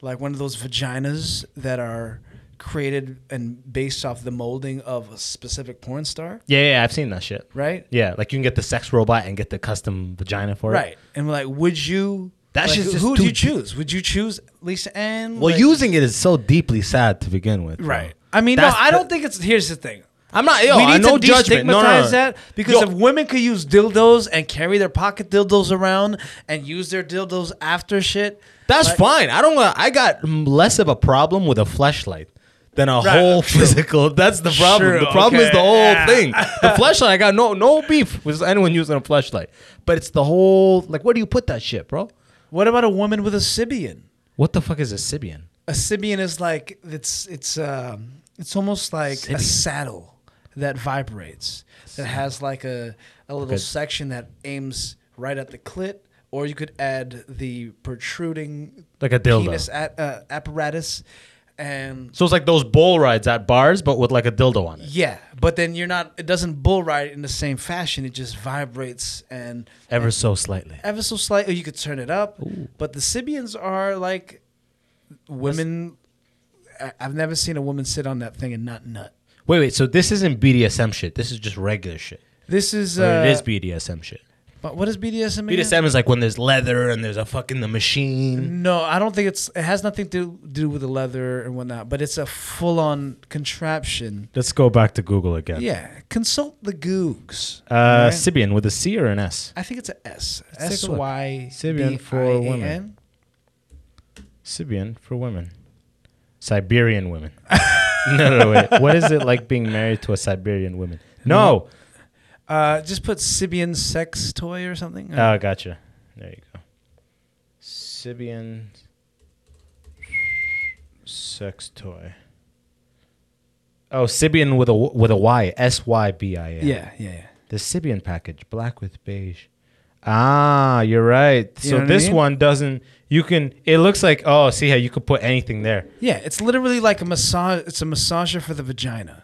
like one of those vaginas that are created and based off the molding of a specific porn star,
Yeah, yeah, I've seen that shit.
right?
Yeah, like you can get the sex robot and get the custom vagina for it.
Right. And like, would you?
That
like,
shit's just
who would
too
you
deep.
choose? Would you choose Lisa Ann?
Well,
Like-
using it is so deeply sad to begin with. bro.
Right. I mean,
That's
no, I
the-
don't think it's. Here's the thing.
I'm not. Yo,
we
I
need
no
to
judgment. No, no, no.
destigmatize that because
Yo,
if women could use dildos and carry their pocket dildos around and use their dildos after shit,
that's
like-
fine. I don't. want I got mm, less of a problem with a flashlight than a
Right, Oh,
whole
true.
physical. That's the problem.
Sure,
the problem is
okay,
the whole
yeah.
thing. The flashlight. I got no no beef with anyone using a flashlight, but it's the whole like where do you put that shit, bro?
What about a woman with a sibian?
What the fuck is a sibian?
A sibian is like it's it's um it's almost like a
Sibian.
saddle that vibrates that has like a a little
Okay.
section that aims right at the clit, or you could add the protruding
Like a dildo.
penis at, uh, apparatus and
So it's like those bull rides at bars, but with like a dildo on it.
yeah, but then you're not. It doesn't bull ride in the same fashion. It just vibrates and
Ever so slightly.
ever so slightly. You could turn it up, but the Sibians are like women. I- I've never seen a woman sit on that thing and not nut.
Wait, wait. So this isn't BDSM shit. This is just regular shit.
This is
Or
uh, oh,
it is BDSM shit.
but what is BDSM? again?
BDSM is like when there's leather and there's a fucking the machine.
No, I don't think it's. It has nothing to do with the leather and whatnot. But it's a full-on contraption.
Let's go back to Google again.
Yeah, consult the Googs.
Uh, Sibian with a C or an S?
I think it's a S.
Let's
S
take a look.
Y
Sibian for women. Sibian for women. Siberian women. no, no, wait. What is it like being married to a Siberian woman? No.
Uh, just put Sibian sex toy or something.
Oh, gotcha. There you go. Sibian sex toy. Oh, Sibian with a w- with a Y. S Y B I N.
yeah, yeah, yeah.
The Sibian package, black with beige. Ah, you're right.
You
so
know what I
this
mean?
one doesn't. You can. It looks like. Oh, see how you could put anything there.
Yeah, it's literally like a massage. It's a massager for the vagina.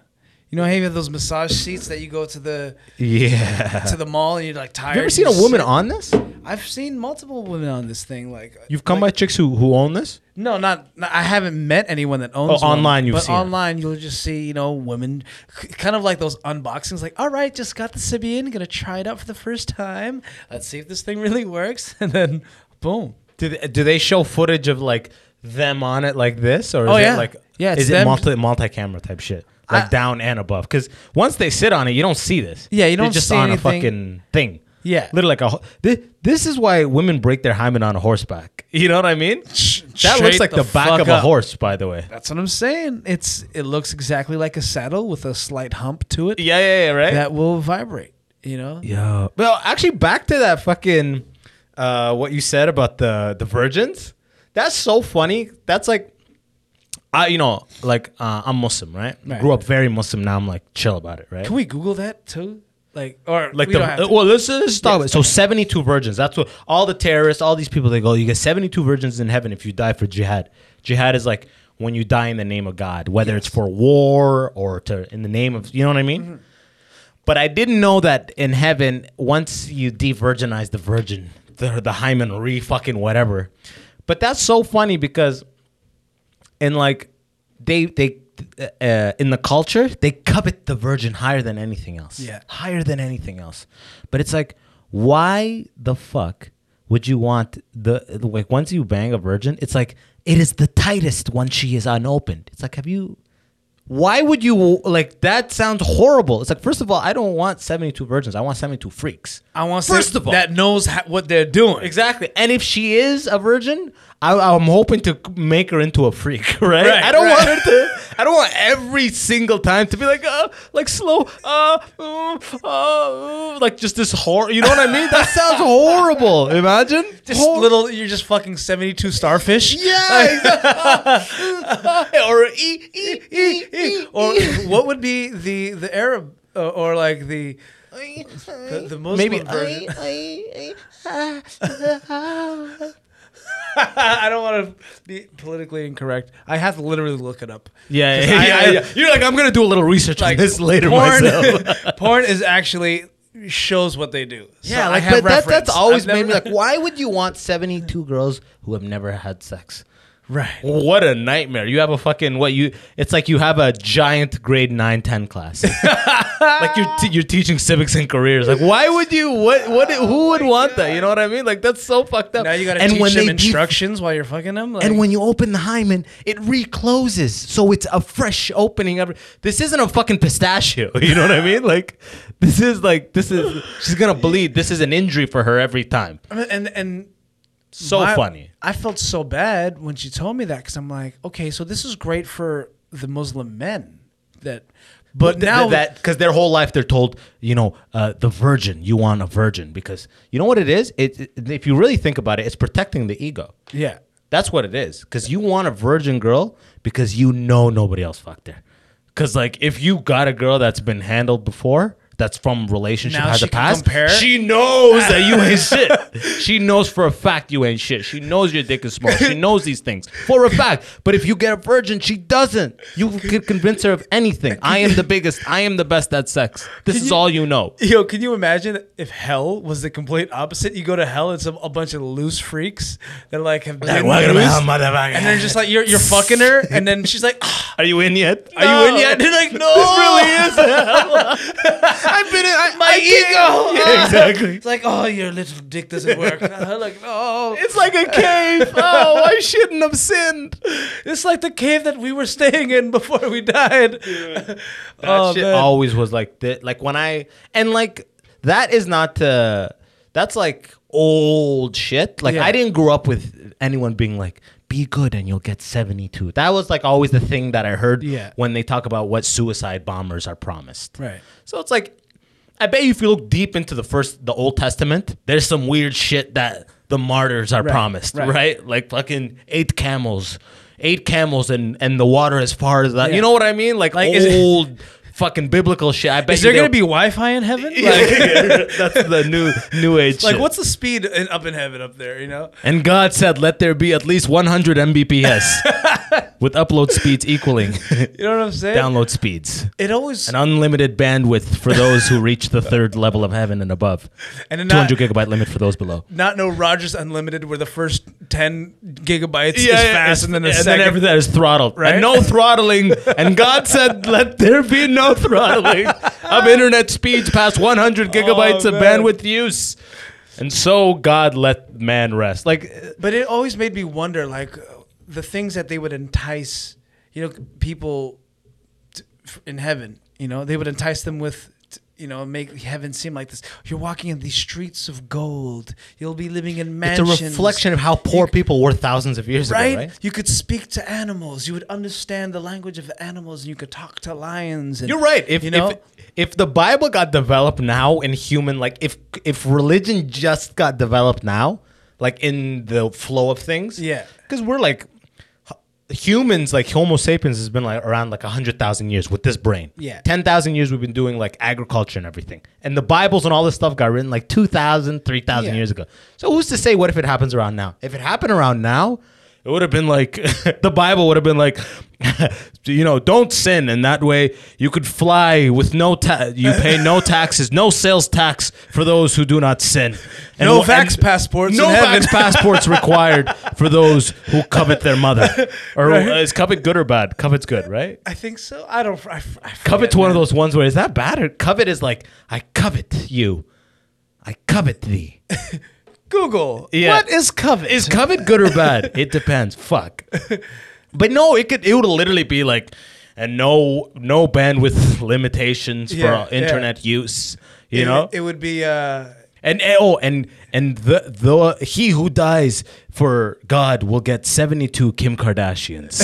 You know how you have those massage seats that you go to the
Yeah.
to the mall and you're like tired.
Uh-huh. Have you ever
you
seen a
sit-
woman on this?
I've seen multiple women on this thing. Like
You've come by chicks who who own this.
No, not, not- I haven't met anyone that owns.
Oh,
one,
online you've
but
seen it.
online you'll just see you know women, k- kind of like those unboxings. Like, all right, just got the Sibian, gonna try it out for the first time. Let's see if this thing really works, and then boom.
Do they, do they show footage of like them on it like this or is
Oh,
it
yeah.
like
Yeah, it's
is it
them-
multi multi camera type shit like
I-
down and above? Because once they sit on it, you don't see this.
Yeah, you
They're
don't
just
see
on a
anything.
fucking thing.
Yeah.
literally like a. ho- This, this is why women break their hymen on a horseback. You know what I mean? That looks
Straight
like the, back
fuck
of a
up.
horse, by the way.
That's what I'm saying. It's it looks exactly like a saddle with a slight hump to it
Yeah, yeah, yeah, right.
that will vibrate. You know.
Yeah. Well, actually, back to that fucking uh, what you said about the the virgins. That's so funny. That's like, I you know like uh, I'm Muslim, right?
Right.
Grew up very Muslim. Now I'm like chill about it, right?
Can we Google that too? Like or
like
we
the uh,
don't have to.
well, let's, let's talk about it. So seventy two virgins. That's what all the terrorists, all these people, they go. You get seventy two virgins in heaven if you die for jihad. Jihad is like when you die in the name of God, whether it's for war or to in the name of you know what I
Mm-hmm.
mean. But I didn't know that in heaven, once you de-virginize the virgin, the the hymen re fucking whatever. But that's so funny because and like they they uh, in the culture they covet the virgin higher than anything else
Yeah.
higher than anything else but it's like why the fuck would you want the like once you bang a virgin it's like it is the tightest when she is unopened it's like have you why would you like that sounds horrible it's like first of all i don't want 72 virgins i want 72 freaks
I want to
first of all
that knows ha- what they're doing.
Exactly. And if she is a virgin, I, I'm hoping to make her into a freak, right?
Right,
I don't
right.
want her to. I don't want every single time to be like, uh, like slow, uh, uh, uh, like just this horror. You know what I mean? That sounds horrible. Imagine
Just
Hor-
little, you're just fucking seventy-two starfish.
Yeah. exactly. or e, e, e, e,
or what would be the the Arab uh, or like the the, the Muslim
Maybe-
version? I don't want to be politically incorrect. I have to literally look it up.
Yeah,
'Cause
yeah,
I-
yeah,
I-
yeah. You're like, I'm gonna do a little research on this later
porn,
myself.
porn is actually shows what they do. So
Yeah,
I
like
have
but that,
reference.
that's always
I've
made
never-
me like, why would you want seventy two girls who have never had sex?
right.
What a nightmare! You have a fucking what you? It's like you have a giant grade 9, 10 class. like you're te- you're teaching civics and careers. Like why would you? What what? Who would want that? You know what I mean? Like that's so fucked up.
Oh Now you gotta
And
teach
when
them
they de-
instructions while you're fucking them. Like,
and when you open the hymen, it recloses, so it's a fresh opening. Every this isn't a fucking pistachio. You know what I mean? Like this is like this is she's gonna bleed. This is an injury for her every time.
and and
So
My-
funny.
I felt so bad when she told me that because I'm like, okay, so this is great for the Muslim men that, but now
that because their whole life they're told, you know, uh, the virgin. You want a virgin because you know what it is. It, it- if you really think about it, it's protecting the ego.
yeah,
That's what it is. Because you want a virgin girl because you know nobody else fucked her. Because like if you got a girl that's been handled before, that's from relationship
Now
has
she
a
can
past.
compare?
She knows that you ain't shit. She knows for a fact you ain't shit. She knows your dick is small. She knows these things for a fact. But if you get a virgin, she doesn't. You could convince her of anything. I am the biggest. I am the best at sex. This is
you-
all you know.
Yo, can you imagine if hell was the complete opposite? You go to hell, it's a, a bunch of loose freaks that like have been loose, and they're just like you're you're fucking her, and then she's like, "Ah,
Are you in yet?
"Are you in yet?" And they're like, "No,
This really is.
I've been in I, my ego."
exactly.
It's like, "Oh, your little dick doesn't work." I'm like, "No,
It's like a cave. Oh, I shouldn't have sinned.
it's like the cave that we were staying in before we died."
that
Oh,
shit
man.
always was like that. Like when I and like that is not to. That's like old shit. Like
Yeah.
I didn't grow up with anyone being like, "Be good and you'll get 72." That was like always the thing that I heard
Yeah.
when they talk about what suicide bombers are promised.
Right.
So it's like, I bet you if you look deep into the first, the Old Testament, there's some weird shit that the martyrs are promised,
right.
right. Like fucking eight camels, eight camels, and and the water as far as that.
Yeah.
You know what I mean? Like,
Like, is it-
old fucking biblical shit. I bet
Is there
you
gonna
they-
be Wi-Fi in heaven? Like,
that's the new new age.
like
shit.
what's the speed in, up in heaven up there? You know?
and God said, "Let there be at least 100 mbps with upload speeds equaling
You know what I'm saying?
download speeds."
It always
An unlimited bandwidth for those who reach the third level of heaven and above.
And then
200 gigabyte limit for those below.
not know Rogers Unlimited, where the first ten gigabytes is fast, and then the
and
second.
then everything is throttled.
Right?
And no throttling. and God said, "Let there be no throttling of internet speeds past 100 gigabytes of
Oh, man.
bandwidth use." And so God let man rest. Like
but it always made me wonder, like the things that they would entice, you know, people t- f- in heaven. You know, they would entice them with. t- You know, make heaven seem like this. You're walking in these streets of gold. You'll be living in mansions.
of how poor people were thousands of years
right? You could speak to animals. You would understand the language of the animals, and you could talk to lions. And,
You're right. If
you know,
if, if the Bible got developed now in human, like if if religion just got developed now, like in the flow of things,
Yeah.
because we're like h- humans, like Homo sapiens has been like around like hundred thousand years with this brain.
Yeah.
ten thousand years we've been doing like agriculture and everything, and the Bibles and all this stuff got written like 2,000, 3,000
Yeah.
years ago. So who's to say what if it happens around now? If it happened around now. It would have been like the Bible would have been like, you know, don't sin, and that way you could fly with no ta- you pay no taxes, no sales tax for those who do not sin. And
No
wh-
vax passports
No
in heaven.
vax passports required for those who covet their mother. Or uh, is covet good or bad? Covet's good, right?
I think so. I don't. I, I forget,
Covet's one of
man.
those ones where is that bad or covet is like I covet you, I covet thee.
Google.
Yeah.
What is covet?
Is covet good or bad? it depends. Fuck. But no, it could. It would literally be like, and no, no bandwidth limitations
Yeah,
for
yeah.
internet use. You
it,
know,
it would be. uh
and eh, oh, and and the the he who dies for God will get seventy two Kim Kardashians.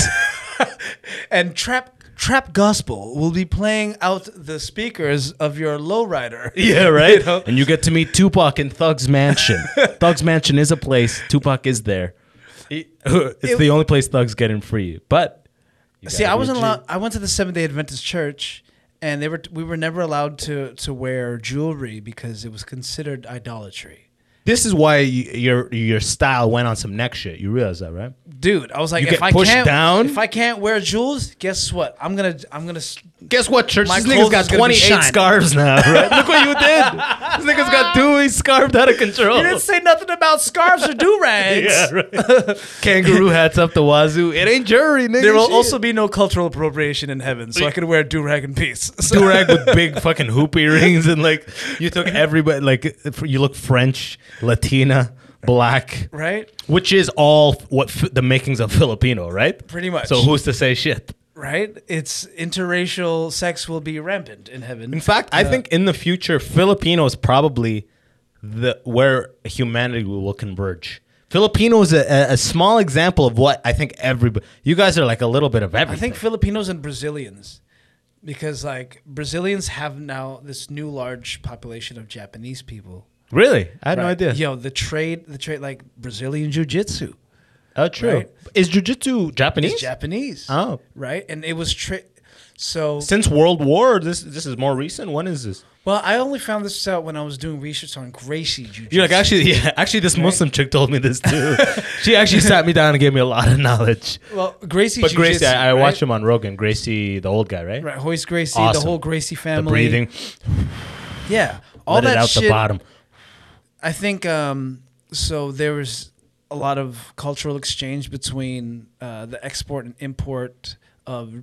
And trap trap gospel will be playing out the speakers of your lowrider.
yeah, right.
You know?
And you get to meet Tupac in Thug's Mansion. Thug's Mansion is a place. Tupac is there. It- it's
It-
the only place thugs get in free. But you
See,
gotta
I
be a
wasn't
G.
allowed. I went to the Seventh Day Adventist church, and they were we were never allowed to to wear jewelry because it was considered idolatry.
This is why y- your your style went on some neck shit. You realize that, right?
Dude, I was like,
You
if
get
I
pushed
can't,
down?
if I can't wear jewels, guess what? I'm gonna I'm gonna s-
Guess what, church?
My
This nigga's
clothes
got
is gonna be
28
shiny.
scarves now, right? Ah. Look what you did. This nigga's got two. He's scarved out of control.
You didn't say nothing about scarves or do rags.
Yeah, right. Kangaroo hats up the wazoo. It ain't jury, nigga.
There will
Shit.
also be no cultural appropriation in heaven, so I could wear do rag in peace. So-
durag with big fucking hoop earrings and like you took everybody like you look French, Latina, black,
right,
which is all what f- the makings of Filipino, right?
Pretty much.
So who's to say shit?
right. It's interracial sex will be rampant in heaven. Uh,
In fact, I think in the future, Filipinos probably the where humanity will converge. Filipino is a, a, a small example of what I think everybody. You guys are like a little bit of
I
everything.
think Filipinos and Brazilians, because like Brazilians have now this new large population of Japanese people.
really, I had no
Right.
idea.
Yo, the trade, the trade, like Brazilian jiu-jitsu.
oh, true.
Right.
Is jujitsu Japanese?
It's Japanese.
Oh.
Right? And it was tra- So
Since World War, this this is more recent. When is this?
well, I only found this out when I was doing research on Gracie Jiu
You're like actually, yeah, actually, this Muslim chick told me this too. she actually sat me down and gave me a lot of knowledge.
Well, Gracie
But Gracie,
Jiu-Jitsu,
I, I
right?
watched him on Rogan. Gracie, the old guy, right?
Right, Hoist Gracie,
Awesome.
the whole Gracie
The
family.
breathing,
Yeah. All
let
that
it out
shit,
the bottom.
I think um, so. There was a lot of cultural exchange between uh, the export and import of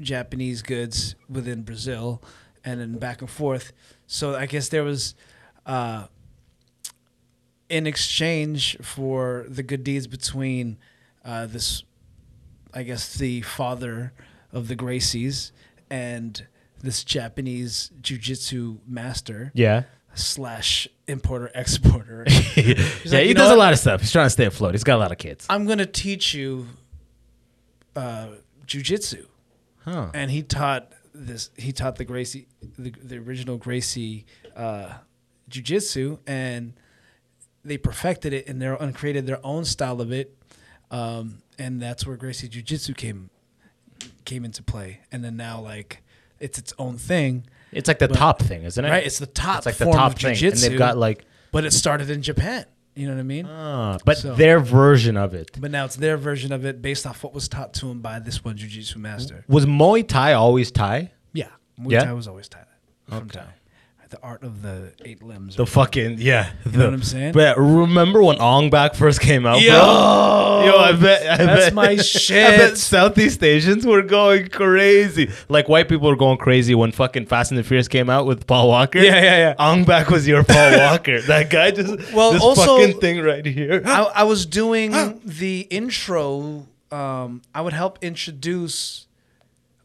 Japanese goods within Brazil, and then back and forth. So I guess there was, uh, in exchange for the good deeds between uh, this, I guess the father of the Gracies and this Japanese jujitsu master
Yeah,
slash importer exporter.
yeah,
like,
he
"You know
does a
what?
lot of stuff. He's trying to stay afloat. He's got a lot of kids.
I'm gonna teach you uh, jujitsu,
Huh.
and he taught this. He taught the Gracie, the, the original Gracie uh, jujitsu, and they perfected it and their and created their own style of it, um, and that's where Gracie jujitsu came came into play. And then now, like, it's its own thing,
It's like the top thing, isn't it?
right? It's the top.
It's like the
form
top
of
thing,
jujitsu,
and they've got like,
but it started in Japan. You know what I mean?
uh, but
So-
their version of it
But now it's their version of it based off what was taught to him by this one jujitsu master.
was Muay Thai always Thai.
Mm, Yeah. Muay
Yeah?
Thai was always Thai. From Thai. The art of the eight limbs.
The fucking yeah. You
know what I'm saying?
But remember when Ong Bak first came out,
Yo!
bro? Yo, I bet I
Oh, That's
bet,
my
I bet
shit.
Southeast Asians were going crazy. Like white people were going crazy when fucking Fast and the Furious came out with Paul Walker.
Yeah, yeah, yeah.
Ong Bak was your Paul Walker. That guy just
Well,
well, this
also-
fucking thing right here.
I, I was doing the intro. Um, I would help introduce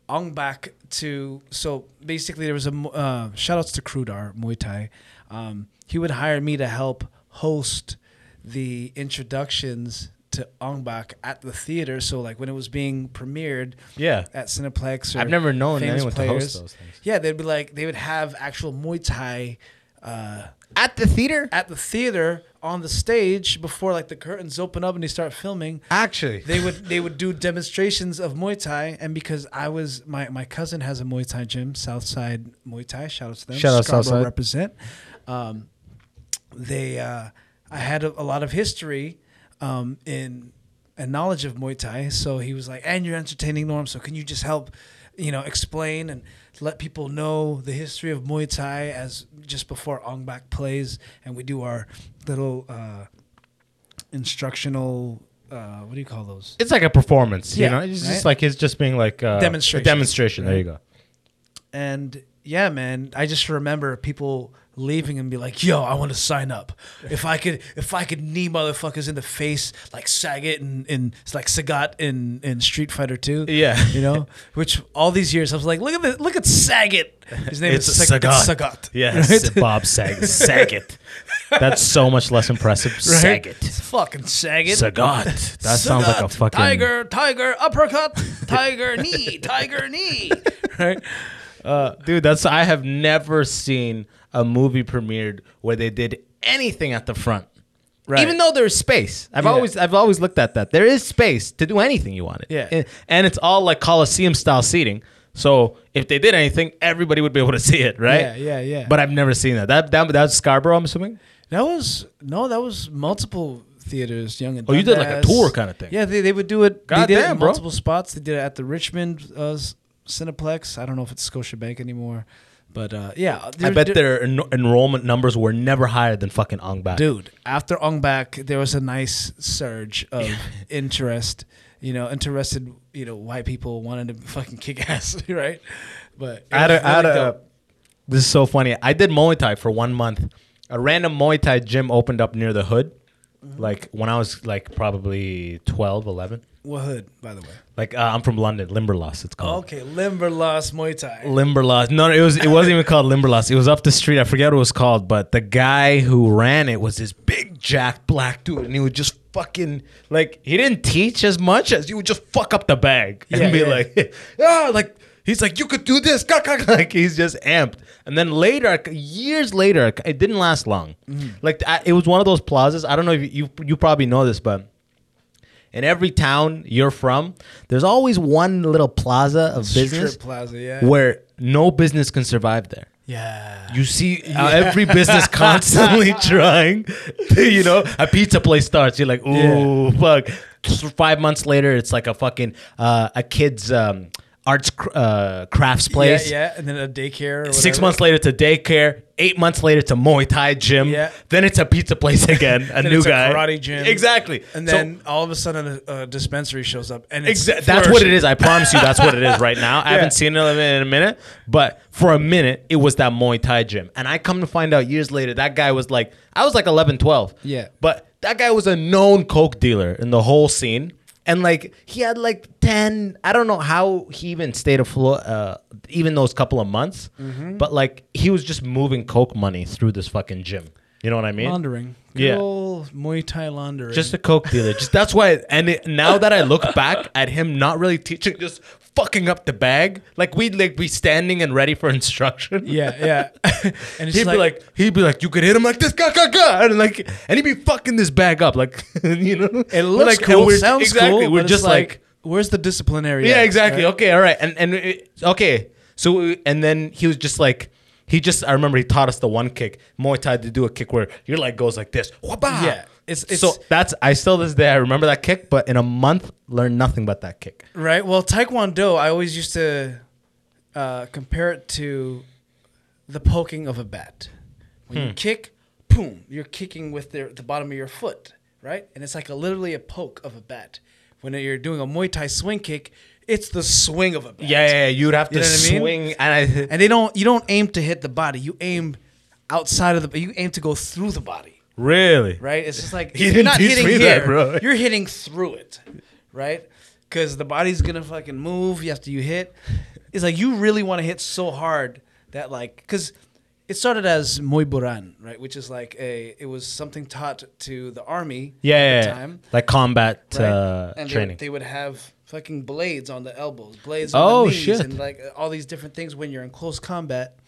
Ong Bak to. So basically, there was a mu- uh, shout outs to Krudar Muay Thai. Um, he would hire me to help host the introductions to Ong Bak at the theater. So like when it was being premiered,
Yeah.
at Cineplex. Or
I've never known
famous
anyone to host those things.
Yeah, they'd be like they would have actual Muay Thai. Uh,
At the theater?
at the theater on the stage before like the curtains open up and they start filming
Actually.
they would they would do demonstrations of Muay Thai and because I was my my cousin has a Muay Thai gym Southside Muay Thai shout out to them
Shout out
Scarborough
Southside.
represent um, they uh, I had a, a lot of history um, in and knowledge of Muay Thai so he was like and you're entertaining Norm so can you just help you know explain and let people know the history of Muay Thai as just before Ong Bak plays and we do our little uh, instructional uh, what do you call those
It's like a performance,
Yeah,
you know. It's
right?
just like it's just being like uh,
Demonstration.
A demonstration. There you go.
And yeah, man, I just remember people leaving and be like, "Yo, I want to sign up. If I could, if I could knee motherfuckers in the face like Sagat and, and it's like Sagat in in Street Fighter Two.
Yeah.
you know. Which all these years I was like, look at the look at Sagat. His name
It's
is
a
Sag-
Sagat.
it's Sagat.
Yes, Bob Sag- Saget. That's so much less impressive. Saget.
It's fucking Sagat.
Sagat. That sounds like a
Sagat.
fucking
tiger, tiger uppercut, tiger knee, tiger knee. Right.
Dude, that's I have never seen a movie premiered where they did anything at the front.
Right.
Even though there's space. I've
Yeah.
always I've always looked at that. There is space to do anything you wanted.
Yeah.
And, and it's all like Coliseum style seating. So if they did anything, everybody would be able to see it, right?
Yeah, yeah, yeah.
But I've never seen that. That that that's Scarborough, I'm assuming.
That was no, that was multiple theaters, young and
Oh, you did like a
Dundas.
tour kinda thing.
Yeah, they, they would do it. they did it
Goddamn,
in
bro.
multiple spots. They did it at the Richmond uh, s- Cineplex. I don't know if it's Scotiabank anymore, but uh, yeah,
I
there-
bet
there-
their en- enrollment numbers were never higher than fucking Ong Bak.
Dude, after Ong Bak, there was a nice surge of interest. You know, interested. You know, white people wanted to fucking kick ass, right? But it
I had
was
a, I had
really
a,
dope.
this is so funny. I did Muay Thai for one month. A random Muay Thai gym opened up near the hood, like when I was like probably 12, 11.
what hood, by the way?
Like uh, I'm from London, Limberlost, it's called.
Oh, Okay, Limberlost Muay Thai.
Limberlost. No, no, it was it wasn't even called Limberlost. It was up the street. I forget what it was called, but the guy who ran it was this big jack black dude, and he would just fucking like he didn't teach as much as he would just fuck up the bag
Yeah,
and be
yeah.
like, ah, like he's like you could do this, cock, cock," like he's just amped. And then later, I c- years later, it didn't
Mm-hmm.
last long. Like I, it was one of those plazas. I don't know if you you, you probably know this, but in every town you're from, there's always one little plaza of business
Strip plaza, yeah.
where no business can survive there.
yeah.
You see uh, every business constantly trying. To, you know, a pizza place starts. You're like, ooh, fuck. Five months later, it's like a fucking uh, a kid's um, arts cr- uh, crafts place.
Yeah, yeah, and then a daycare. Or whatever.
Six months later, to daycare. Eight months later, to Muay Thai gym.
Yeah.
Then it's a pizza place again. A
Then
new
it's a
guy.
karate gym.
Exactly.
And
So-
then all of a sudden, a, a dispensary shows up, and it's
Exactly. That's what it
flourishing.
is. I promise you, that's what it is right now. I haven't seen it in a minute, but for a minute, it was that Muay Thai gym. And I come to find out years later, that guy was like, I was like 11, 12.
Yeah.
But that guy was a known Coke dealer in the whole scene. And like, he had like 10, I don't know how he even stayed afloat, uh, even those couple of months,
Mm-hmm.
but like, he was just moving Coke money through this fucking gym. You know what I mean?
Laundering. Good
Yeah.
old Muay Thai laundering.
Just a coke dealer. Just that's why. And it, now that I look back at him not really teaching, just fucking up the bag. Like we'd like be standing and ready for instruction.
yeah, yeah. and it's
he'd be like, he'd be like, you could hit him like this, ga ga ga, and like, and he'd be fucking this bag up, like, you know.
it
We're
looks
like,
cool,
and we're-
sounds
exactly.
cool.
We're
but it's
just like,
where's the disciplinary?
yeah,
act,
exactly.
right?
Okay, all right, and and it, okay. So uh, and then he was just like. He just, I remember he taught us the one kick, Muay Thai, to do a kick where your leg goes like this. Whaba!
Yeah, it's- it's-
so that's, I still this day, I remember that kick, but in a month, learned nothing but that kick.
Right. Well, Taekwondo, I always used to uh, compare it to the poking of a bat. When
Hmm.
you kick, boom, you're kicking with their, the bottom of your foot, right? And it's like a, literally a poke of a bat. When you're doing a Muay Thai swing kick, it's the swing of a bat.
Yeah, yeah, yeah, you'd have to
You know what I mean?
swing. And I,
And they don't you don't aim to hit the body. You aim outside of the you aim to go through the body.
really?
right? It's just like
He
you're
didn't
not
teach
hitting
me
here,
that, bro.
You're hitting through it, right? Because the body's gonna fucking move after you hit. It's like you really want to hit so hard that like because it started as Muay Buran, right? Which is like a it was something taught to the army
Yeah,
at
yeah,
the
yeah.
time.
Like combat
Right?
uh,
and they-
training.
They, would have fucking blades on the elbows, blades on
Oh,
the knees,
shit.
and like all these different things when you're in close combat.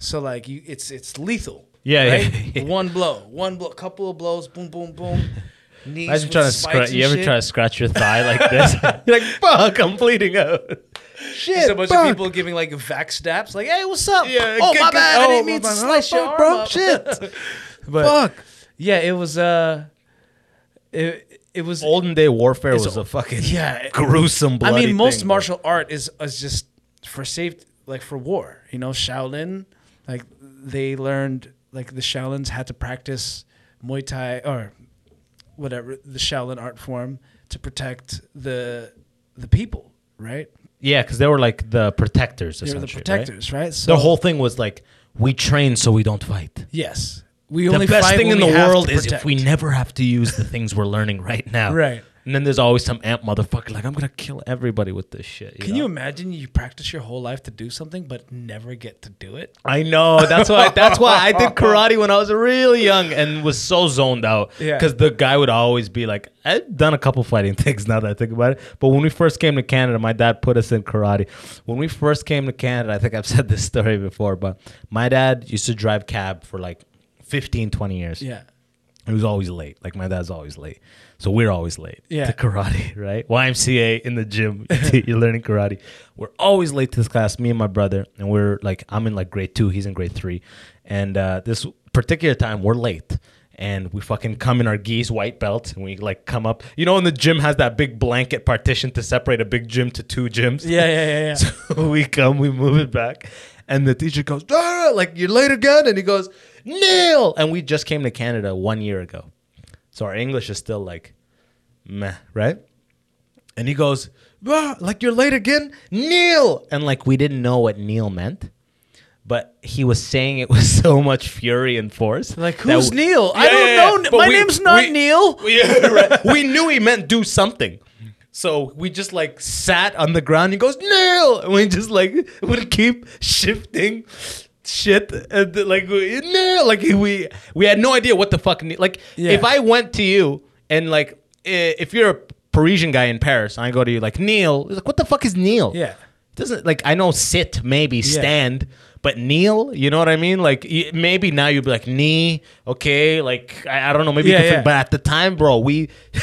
So like you, it's it's lethal.
Yeah, yeah,
right?
yeah.
One blow, one blow, couple of blows, boom, boom, boom. Knees.
Imagine
with
trying to
spikes
scratch.
and
You ever
shit.
try to scratch your thigh like this? You're like, fuck, I'm bleeding out.
There's
Shit,
a bunch of people giving like vax daps, like, "Hey, what's up?
Yeah,
oh
good,
my
good.
bad, I
Oh,
didn't mean
my
to
bad.
slice your
Fuck,
arm
bro,
up."
shit.
Fuck. Yeah, it was. uh It it was.
olden day warfare
It's
was
a-
a fucking
yeah.
gruesome.
I
Bloody
mean, most
thing, bro.
martial art is is just for safety, like for war. You know, Shaolin, like they learned, like the Shaolins had to practice Muay Thai or whatever the Shaolin art form to protect the the people, right?
yeah, because they were like the protectors.
They were
Essentially,
the protectors, right?
Right?
So
Their whole thing was like, we train so we don't fight.
yes, we
The
only
best
fight
thing in
when
the
we have
world
to
is if
protect.
we never have to use the things we're learning right now.
Right.
And then there's always some amp motherfucker like, I'm gonna kill everybody with this shit.
Can you
know?
imagine you practice your whole life to do something but never get to do it?
I know. That's why. That's why I did karate when I was really young and was so zoned out.
Yeah.
Because the guy would always be like, "I've done a couple fighting things now that I think about it." But when we first came to Canada, my dad put us in karate. When we first came to Canada, I think I've said this story before, but my dad used to drive cab for like 15, 20 years.
Yeah.
He was always late. Like my dad's always late. So we're always late
Yeah.
to karate, right? YMCA in the gym. You're learning karate. We're always late to this class, me and my brother. And we're like, I'm in like grade two, he's in grade three. And uh, this particular time, we're late. And we fucking come in our geese, white belts, and we like come up. You know, and the gym has that big blanket partition to separate a big gym to two gyms.
Yeah, yeah, yeah, yeah.
So we come, we move it back, and the teacher goes, "Ah," like you're late again, and he goes, "Nail!" And we just came to Canada one year ago, so our English is still like, meh, right? And he goes, "Ah, like you're late again, kneel, and like we didn't know what kneel meant. But he was saying it with so much fury and force.
Like
that
who's
w-
Neil? I
Yeah,
don't
yeah,
know.
yeah.
My
But we-
name's not
we-
Neil.
yeah, right. we knew he meant do something. So we just like sat on the ground. He goes, Nail! And we just like would keep shifting shit. And like, we- Nail! Like we, we had no idea what the fuck. ne- Like,
Yeah.
if I went to you and like, i- if you're a Parisian guy in Paris, and I go to you like, Neil, he's like, what the fuck is Neil?
Yeah.
doesn't like I know sit maybe stand, but kneel. You know what I mean? Like y- maybe now you'd be like knee, okay. Like I, I don't know, maybe
Yeah,
different.
yeah.
But at the time, bro, we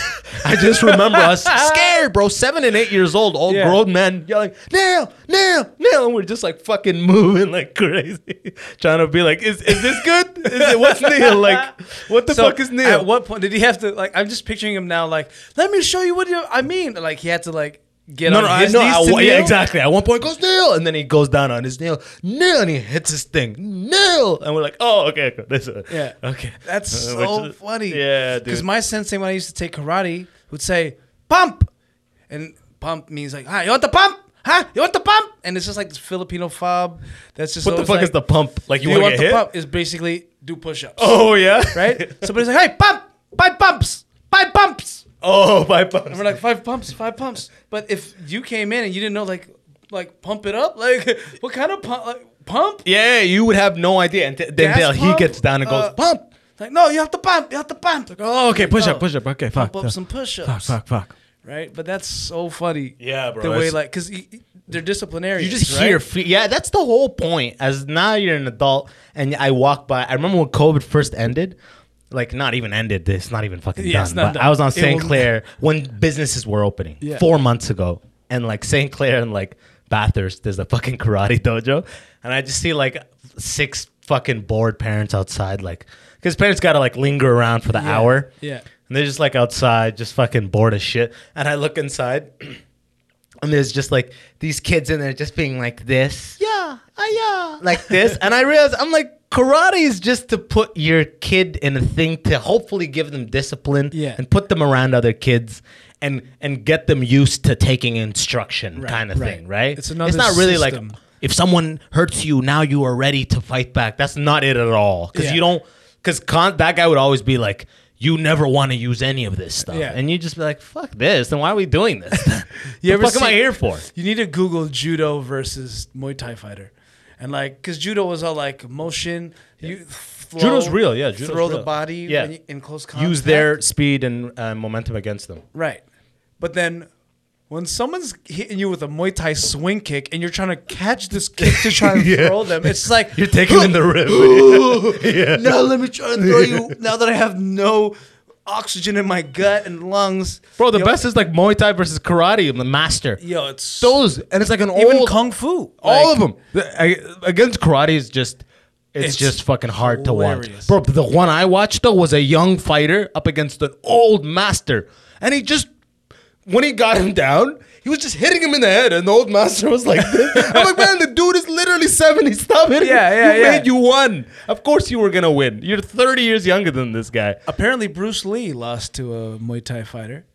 I just remember us scared, bro. Seven and eight years old, old
Yeah.
grown men yelling nail, nail, nail, and we're just like fucking moving like crazy, trying to be like, is is this good? Is it what's kneel? Like what the
So,
fuck is kneel?
At what point did he have to like? I'm just picturing him now. Like, let me show you what you, I mean. Like he had to like get
No,
on
no, I,
his
no,
knees
I-
to
yeah,
kneel?
exactly. At one point, he goes nail, and then he goes down on his nail, nail, and he hits his thing, nail, and we're like, oh, okay, okay, this, is-
Yeah.
okay,
That's
Uh,
so
which is-
funny.
yeah,
Because
dude.
my sensei, when I used to take karate, would say, pump. And pump means like, hi, you want the pump? Huh? You want the pump? And it's just like this Filipino fob that's just.
what the
always
fuck
like,
is the pump? Like
"Do
you want to get
the
hit?
pump? Is basically do push ups.
Oh yeah,
Right? Somebody's like, hey, pump, five pumps, five pumps.
Oh, my pump.
And we're like, five pumps, five pumps. But if you came in and you didn't know, like, like pump it up? Like, what kind of pump? Like, pump?
yeah, you would have no idea. And th- then
Gas
Dale, he
pump?
gets down and goes
Uh,
pump.
Like, no, you have to pump, you have to pump. Like,
Oh, okay, push up,
no.
push up. Okay, fuck,
Pump up some push ups.
fuck, fuck, fuck.
right? But that's so funny.
Yeah, bro,
The way
that's-
like because they're disciplinarians.
You just
right?
hear, fe- yeah. That's the whole point. As now you're an adult, and I walk by. I remember when COVID first ended, like not even ended. It's not even fucking
Yeah, it's
done.
not
But
done.
I was on
It
St.
will-
Clair when businesses were opening
Yeah.
four months ago, and like St. Clair and like Bathurst, there's a fucking karate dojo, and I just see like six fucking bored parents outside, like because parents gotta like linger around for the hour.
yeah.
And they're just like outside, just fucking bored as shit. And I look inside, and there's just like these kids in there just being like this. Yeah,
uh,
ah, yeah. Like this. and I realize I'm like, karate is just to put your kid in a thing to hopefully give them discipline
Yeah.
and put them around other kids. And, and get them used to taking instruction kind of
right.
thing, right?
It's another
It's not really
system.
like if someone hurts you, now you are ready to fight back. That's not it at all. Because
Yeah.
you don't. Because con- that guy would always be like, "You never want to use any of this stuff,"
Yeah.
and you just be like, "Fuck this!" Then why are we doing this? the
ever
fuck am I
see-
here for?
You need to Google judo versus Muay Thai fighter, and like because judo was all like motion. You flow,
Judo's real, yeah, judo's
throw the
real.
body.
Yeah.
when you- in close contact.
Use their speed and uh, momentum against them.
right, but then. When someone's hitting you with a Muay Thai swing kick and you're trying to catch this kick to try and
Yeah.
throw them, it's like
You're taking in the rib.
Ooh, Now let me try and throw you. Now that I have no oxygen in my gut and lungs,
Bro, the
Yo,
best is like Muay Thai versus karate. I'm the master.
Yo, it's
Those and it's like an
even
old
kung fu.
all
Like,
of them The- I, against karate is just it's,
It's
just fucking hard to
hilarious.
watch bro but the one i watched though was a young fighter up against an old master and he just when he got him down he was just hitting him in the head and the old master was like this i'm like man the dude is literally 70 stop hitting him.
Yeah, yeah,
you
yeah.
made you won of course you were gonna win you're 30 years younger than this guy
Apparently, Bruce Lee lost to a Muay Thai fighter.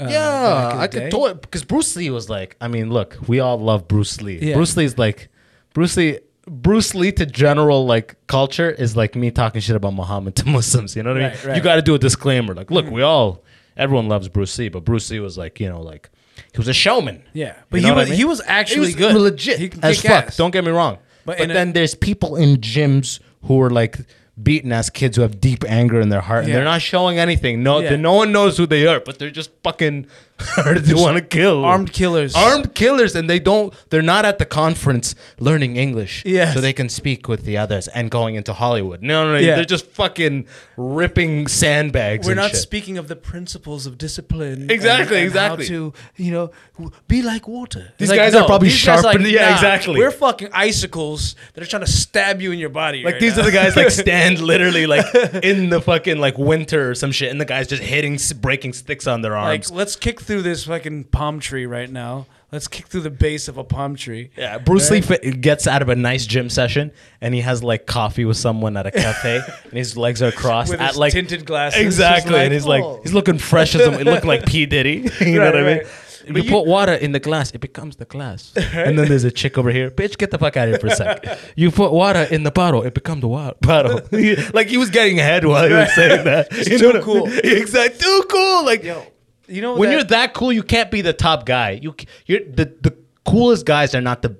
uh, back
Yeah,
in
I
the day.
could totally because Bruce Lee was like, I mean, look, we all love Bruce Lee.
Yeah.
Bruce Lee's like, Bruce Lee, Bruce Lee to general like culture is like me talking shit about Muhammad to Muslims. You know what I mean?
Right, right.
You got to do a disclaimer. Like, look, we all, everyone loves Bruce Lee, but Bruce Lee was like, you know, like he was a showman.
Yeah,
You
but
know
he
what I
was
mean?
he was actually
He was
good,
legit
He can
as
kick
fuck.
ass.
Don't get me wrong.
But
But,
in a-
then there's people in gyms who are like beaten ass kids who have deep anger in their heart
Yeah.
and they're not showing anything. No,
Yeah.
then no one knows who they are, but they're just fucking they want to kill
armed killers.
Armed killers, and they don't. They're not at the conference learning English,
Yes.
so they can speak with the others and going into Hollywood. No, no, no
Yeah.
they're just fucking ripping sandbags.
We're
and
not
shit.
speaking of the principles of discipline. and-
Exactly,
and how
exactly.
to you know w- be like water.
These
It's like,
guys are probably
these guys are
sharpened- yeah, exactly.
We're fucking icicles that are trying to stab you in your body.
Like
right
these
now.
are the guys like stand literally like in the fucking like winter or some shit, and the guys just hitting s- breaking sticks on their
Like,
arms.
let's kick through this fucking palm tree right now. Let's kick through the base of a palm tree.
yeah, Bruce Lee fit, gets out of a nice gym session and he has like coffee with someone at a cafe, and his legs are crossed
With
at
his
like
tinted glasses, just
exactly,
like,
and he's like
"Oh."
he's looking fresh as a, he looked like P Diddy. You know
Right,
what I mean?
right.
If you, put water in the glass, it becomes the glass. And then there's a chick over here. Bitch, get the fuck out of here for a sec. You put water in the bottle, it becomes the water bottle. like he was getting head while he was saying that. You
too
know what I mean?
cool.
Exactly. Too cool. Like
You know
when
that-
you're that cool, you can't be the top guy. You c- you're the the coolest guys are not the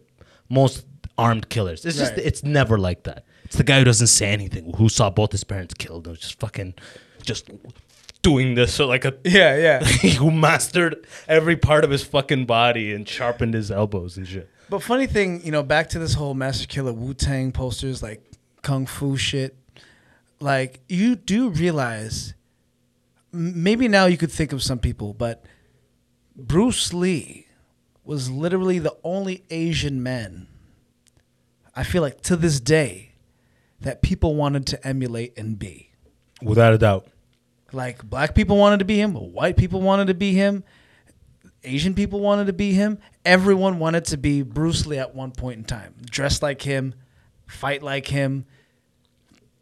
most armed killers. It's just
Right.
it's never like that. It's the guy who doesn't say anything, who saw both his parents killed, and was just fucking just doing this so like a
Yeah, yeah.
who mastered every part of his fucking body and sharpened his elbows and shit.
But funny thing, you know, back to this whole Master Killer Wu Tang posters, like kung fu shit. Like you do realize, m- maybe now you could think of some people, but Bruce Lee was literally the only Asian man. I feel like to this day, that people wanted to emulate and be.
Without a doubt.
Like black people wanted to be him, white people wanted to be him, Asian people wanted to be him. Everyone wanted to be Bruce Lee at one point in time. Dress like him, fight like him.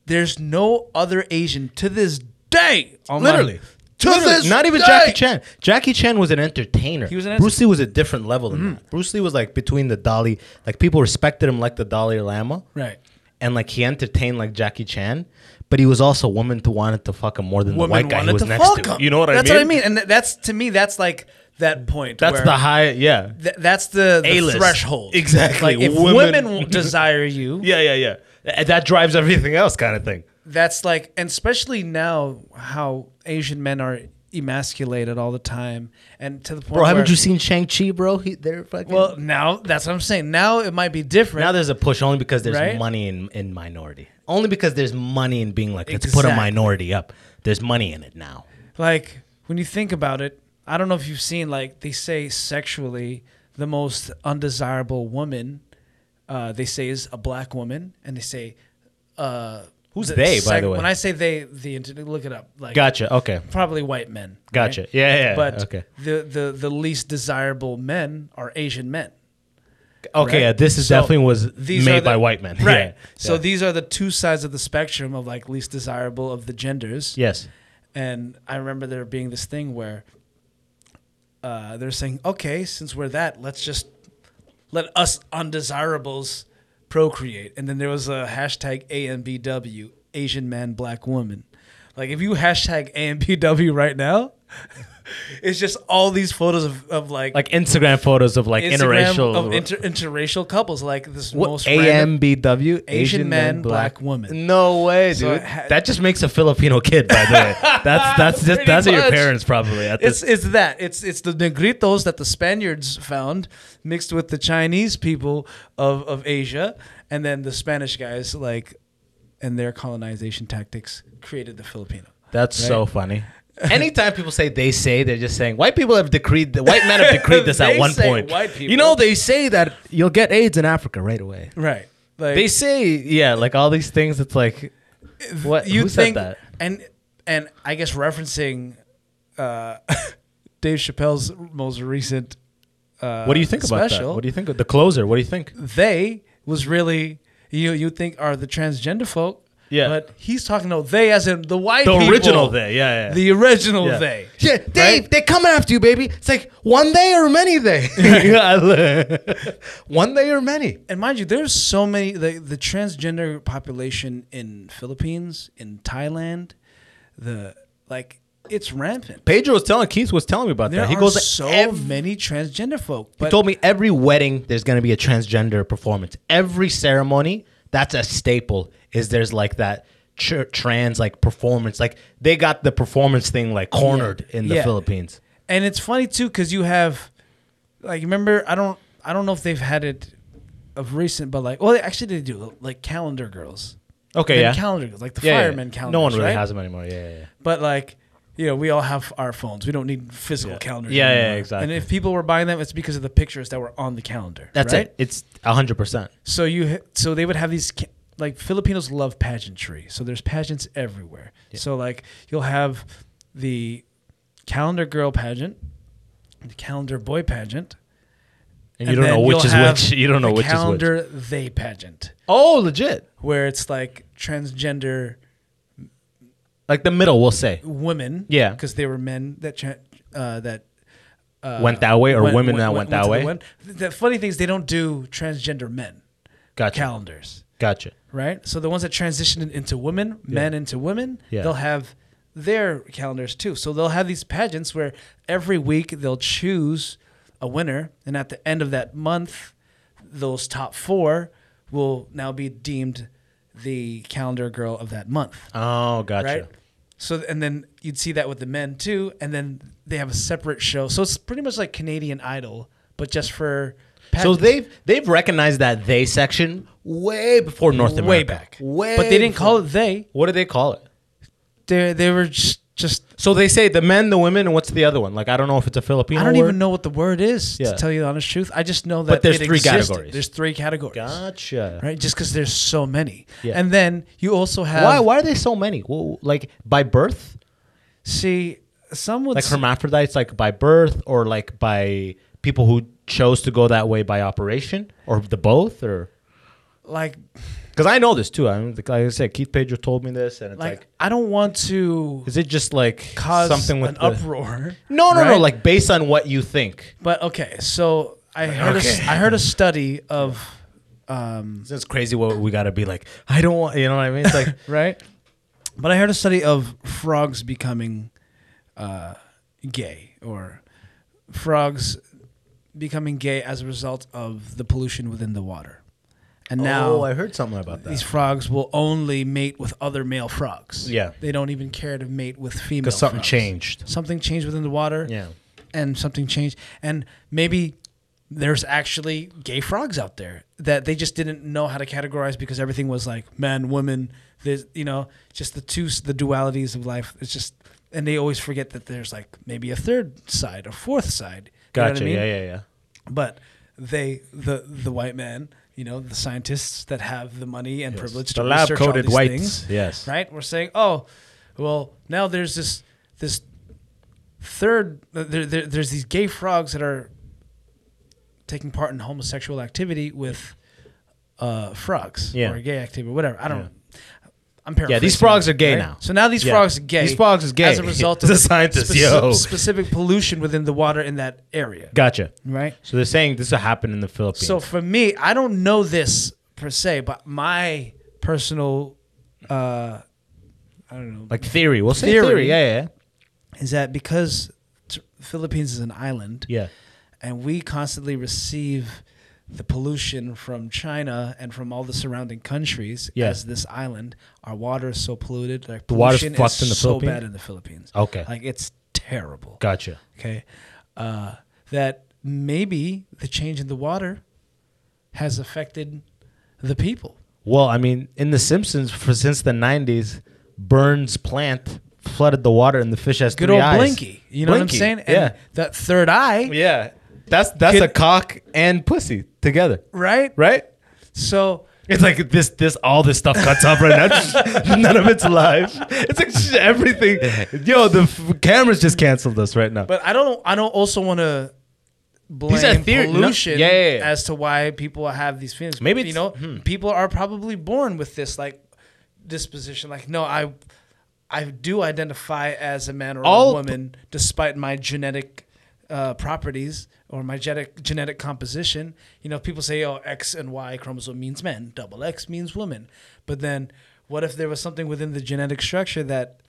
There's no other Asian to this day. on my-
Literally.
to
Oh Literally.
this
Not even
day.
Jackie Chan. Jackie Chan was an entertainer.
was an Mm-hmm.
Bruce Lee was a different level than that. Bruce Lee was like between the Dalai, like people respected him like the Dalai Lama.
Right.
And like he entertained like Jackie Chan, but he was also a woman to wanted to fuck him more than
Women
the white guy
wanted
he was
to
next
fuck
to.
him.
You know what
that's
I mean?
That's what I mean, and th- that's to me, that's like that point.
That's
where
the high, yeah.
th- that's the, the
A-list.
threshold.
Exactly.
Like if
Women-
women, w desire you,
Yeah, yeah, yeah. Th- Eh, That drives everything else kind of thing.
that's like and especially now how asian men are emasculated all the time and to the point
Bro,
where,
haven't you seen Shang-Chi, bro? He, they're fucking...
well now that's what i'm saying now it might be different
Now there's a push only because there's
Right?
money in, in minority. Only because there's money in being like, let's put a
Exactly.
minority up. There's money in it now.
like when you think about it i don't know if you've seen like they say sexually the most undesirable woman uh, they say is a black woman and they say uh,
Who's they, by the way?
when i say they the internet look it up like
Gotcha. Okay.
probably white men
Gotcha. Yeah, yeah,
but
okay.
the, the the least desirable men are asian men
Okay.
right?
Yeah, this is
So
definitely was
these are
made
the-
by white men.
Right.
Yeah.
So
Yeah.
these are the two sides of the spectrum of like least desirable of the genders.
yes.
And I remember there being this thing where uh, they're saying, okay, since we're that, let's just let us undesirables procreate. And then there was a hashtag AMBW, Asian man, black woman. Like if you hashtag AMBW right now, it's just all these photos of, of like,
Like Instagram photos of like
Instagram
interracial.
of inter- interracial couples, like this
what
most random-
AMBW Asian,
man,
men,
black woman.
No way, dude.
So it ha-
that just makes a Filipino kid, by the way. That's that's just
Pretty
that's what your
much.
parents probably at
It's
this.
it's that it's it's the negritos that the Spaniards found mixed with the Chinese people of of Asia, and then the Spanish guys like, and their colonization tactics created the Filipino.
That's so funny. Anytime people say they say, they're just saying white people have decreed the white men have decreed this at
They
one
say
point.
white
You know, they say that you'll get AIDS in Africa right away.
Right. Like
They say, yeah, like all these things. It's like, what
you
who said
think
that?
and and I guess referencing uh, Dave Chappelle's most recent uh,
what do you think about
special.
that? What do you think of the closer? What do you think?
they was really you you think are the transgender folk.
Yeah.
But he's talking about they as in the white
The
people.
original they, yeah, yeah.
The original
Yeah.
they.
Yeah, Dave, they're coming after you, baby. It's like one day or many day. one day or many.
And mind you, there's so many the, the transgender population in Philippines, in Thailand, the like it's rampant.
Pedro was telling Keith was telling me about
There
that. He
are
goes
so
every
many transgender folk.
He
But
told me every wedding there's gonna be a transgender performance. Every ceremony, that's a staple. Is there's like that tr- trans like performance? Like they got the performance thing like cornered in the
Yeah.
Philippines.
and it's funny too because you have like remember i don't i don't know if they've had it of recent but like well they, actually they do like calendar girls
Okay, yeah.
Then calendar girls like the
Yeah, yeah, yeah.
fireman calendar
No one really
right?
has them anymore. Yeah, yeah, yeah.
but like you know we all have our phones we don't need physical calendars
Yeah, yeah,
anymore. and
exactly.
if people were buying them it's because of the pictures that were on the calendar
That's
right?
it. It's hundred percent.
So you ha- so they would have these ca- like Filipinos love pageantry. So there's pageants everywhere. So like you'll have the calendar girl pageant, the calendar boy pageant,
And you don't know which is which. You don't know which is which.
calendar Calendar they pageant,
Oh, legit.
where it's like transgender
Like the middle, we'll say
women.
Yeah.
because they were men that tra- uh, that. Uh,
went that way, or
went-
women that went, that
to the
way.
one- The funny thing is they don't do transgender men
Gotcha.
calendars.
Gotcha.
right? So the ones that transition into women, men into women,
Yeah.
they'll have their calendars too. So they'll have these pageants where every week they'll choose a winner, and at the end of that month, those top four will now be deemed the calendar girl of that month,
Oh, gotcha.
right? So and then you'd see that with the men too, and then they have a separate show. So it's pretty much like Canadian Idol, but just for
so they've they've recognized that they section way before North America.
way back.
Way
but they didn't call it they.
What do they call it?
They they were just just.
So they say the men, the women, and what's the other one? Like I don't know if it's a Filipino.
I don't
word.
even know what the word is
Yeah.
to tell you the honest truth. I just know that
But there's
it
three
existed.
categories.
There's three categories.
Gotcha.
Right, just because there's so many,
Yeah.
and then you also have
Why? Why are they so many? Well, like by birth,
See, some would
like
s-
hermaphrodites, like by birth, or like by people who chose to go that way by operation, or the both, or
like
because I know this too. I mean, like I said, Keith Pager told me this, and it's like,
like I don't want to
is it just like
cause
something with
an
the-
uproar.
No, no, no.
right?
Like based on what you think.
But okay, so I heard a s I heard a study of um,
It's crazy what we got to be like. I don't want, you know what I mean? It's like,
right, but I heard a study of frogs becoming uh, gay or frogs becoming gay as a result of the pollution within the water, and now
oh, I heard something about that.
these frogs will only mate with other male frogs.
Yeah.
They don't even care to mate with female.
'Cause something
frogs.
changed.
Something changed within the water.
Yeah.
And something changed, and maybe there's actually gay frogs out there that they just didn't know how to categorize because everything was like men, women. There's you know just the two the dualities of life. It's just and they always forget that there's like maybe a third side, a fourth side. You know what I
Gotcha.
mean?
Yeah, yeah, yeah.
but they the the white man you know the scientists that have the money and privilege to
The
research all
lab-coated
these
whites,
things,
yes.
right we're saying oh well now there's this this third uh, there, there, there's these gay frogs that are taking part in homosexual activity with uh, frogs
Yeah.
or gay activity whatever i don't I'm paraphrasing.
Yeah, these frogs are gay now.
So now these
Yeah.
frogs are gay.
These frogs is gay.
as a result of
The scientist,
speci-
yo.
specific pollution within the water in that area.
Gotcha.
Right.
So they're saying this will happen in the Philippines.
So for me, I don't know this per se, but my personal, uh, I don't know,
like theory. We'll say
Theory.
theory. Yeah, yeah,
is that because t- Philippines is an island,
yeah.
and we constantly receive the pollution from China and from all the surrounding countries
Yeah.
as this island, our water is so polluted. Like
The water's
pollution
fucked
is
in the
so
Philippines?
bad in the Philippines.
Okay.
like it's terrible.
Gotcha.
okay, uh, that maybe the change in the water has affected the people.
Well, I mean, in The Simpsons, for since the '90s, Burns' plant flooded the water, and the fish has
Good
three
old
eyes.
Blinky, you know
Blinky,
what I'm saying?
yeah,
that third eye,
yeah. That's that's
Kid-
a cock and pussy together,
right?
right?
So
It's like this, this, all this stuff cuts up right now. None of it's live. It's like sh- everything. Yo, the f- cameras just canceled us right now.
But I don't. I don't also want to blame
are theory- no,
pollution
yeah, yeah, yeah.
as to why people have these feelings.
Maybe
you
it's-
know, people are probably born with this like disposition. Like, no, I, I do identify as a man or a
All-
woman, despite my genetic uh, properties or my genetic genetic composition. You know, people say, oh, X and Y chromosome means men, double X means woman. But then, what if there was something within the genetic structure that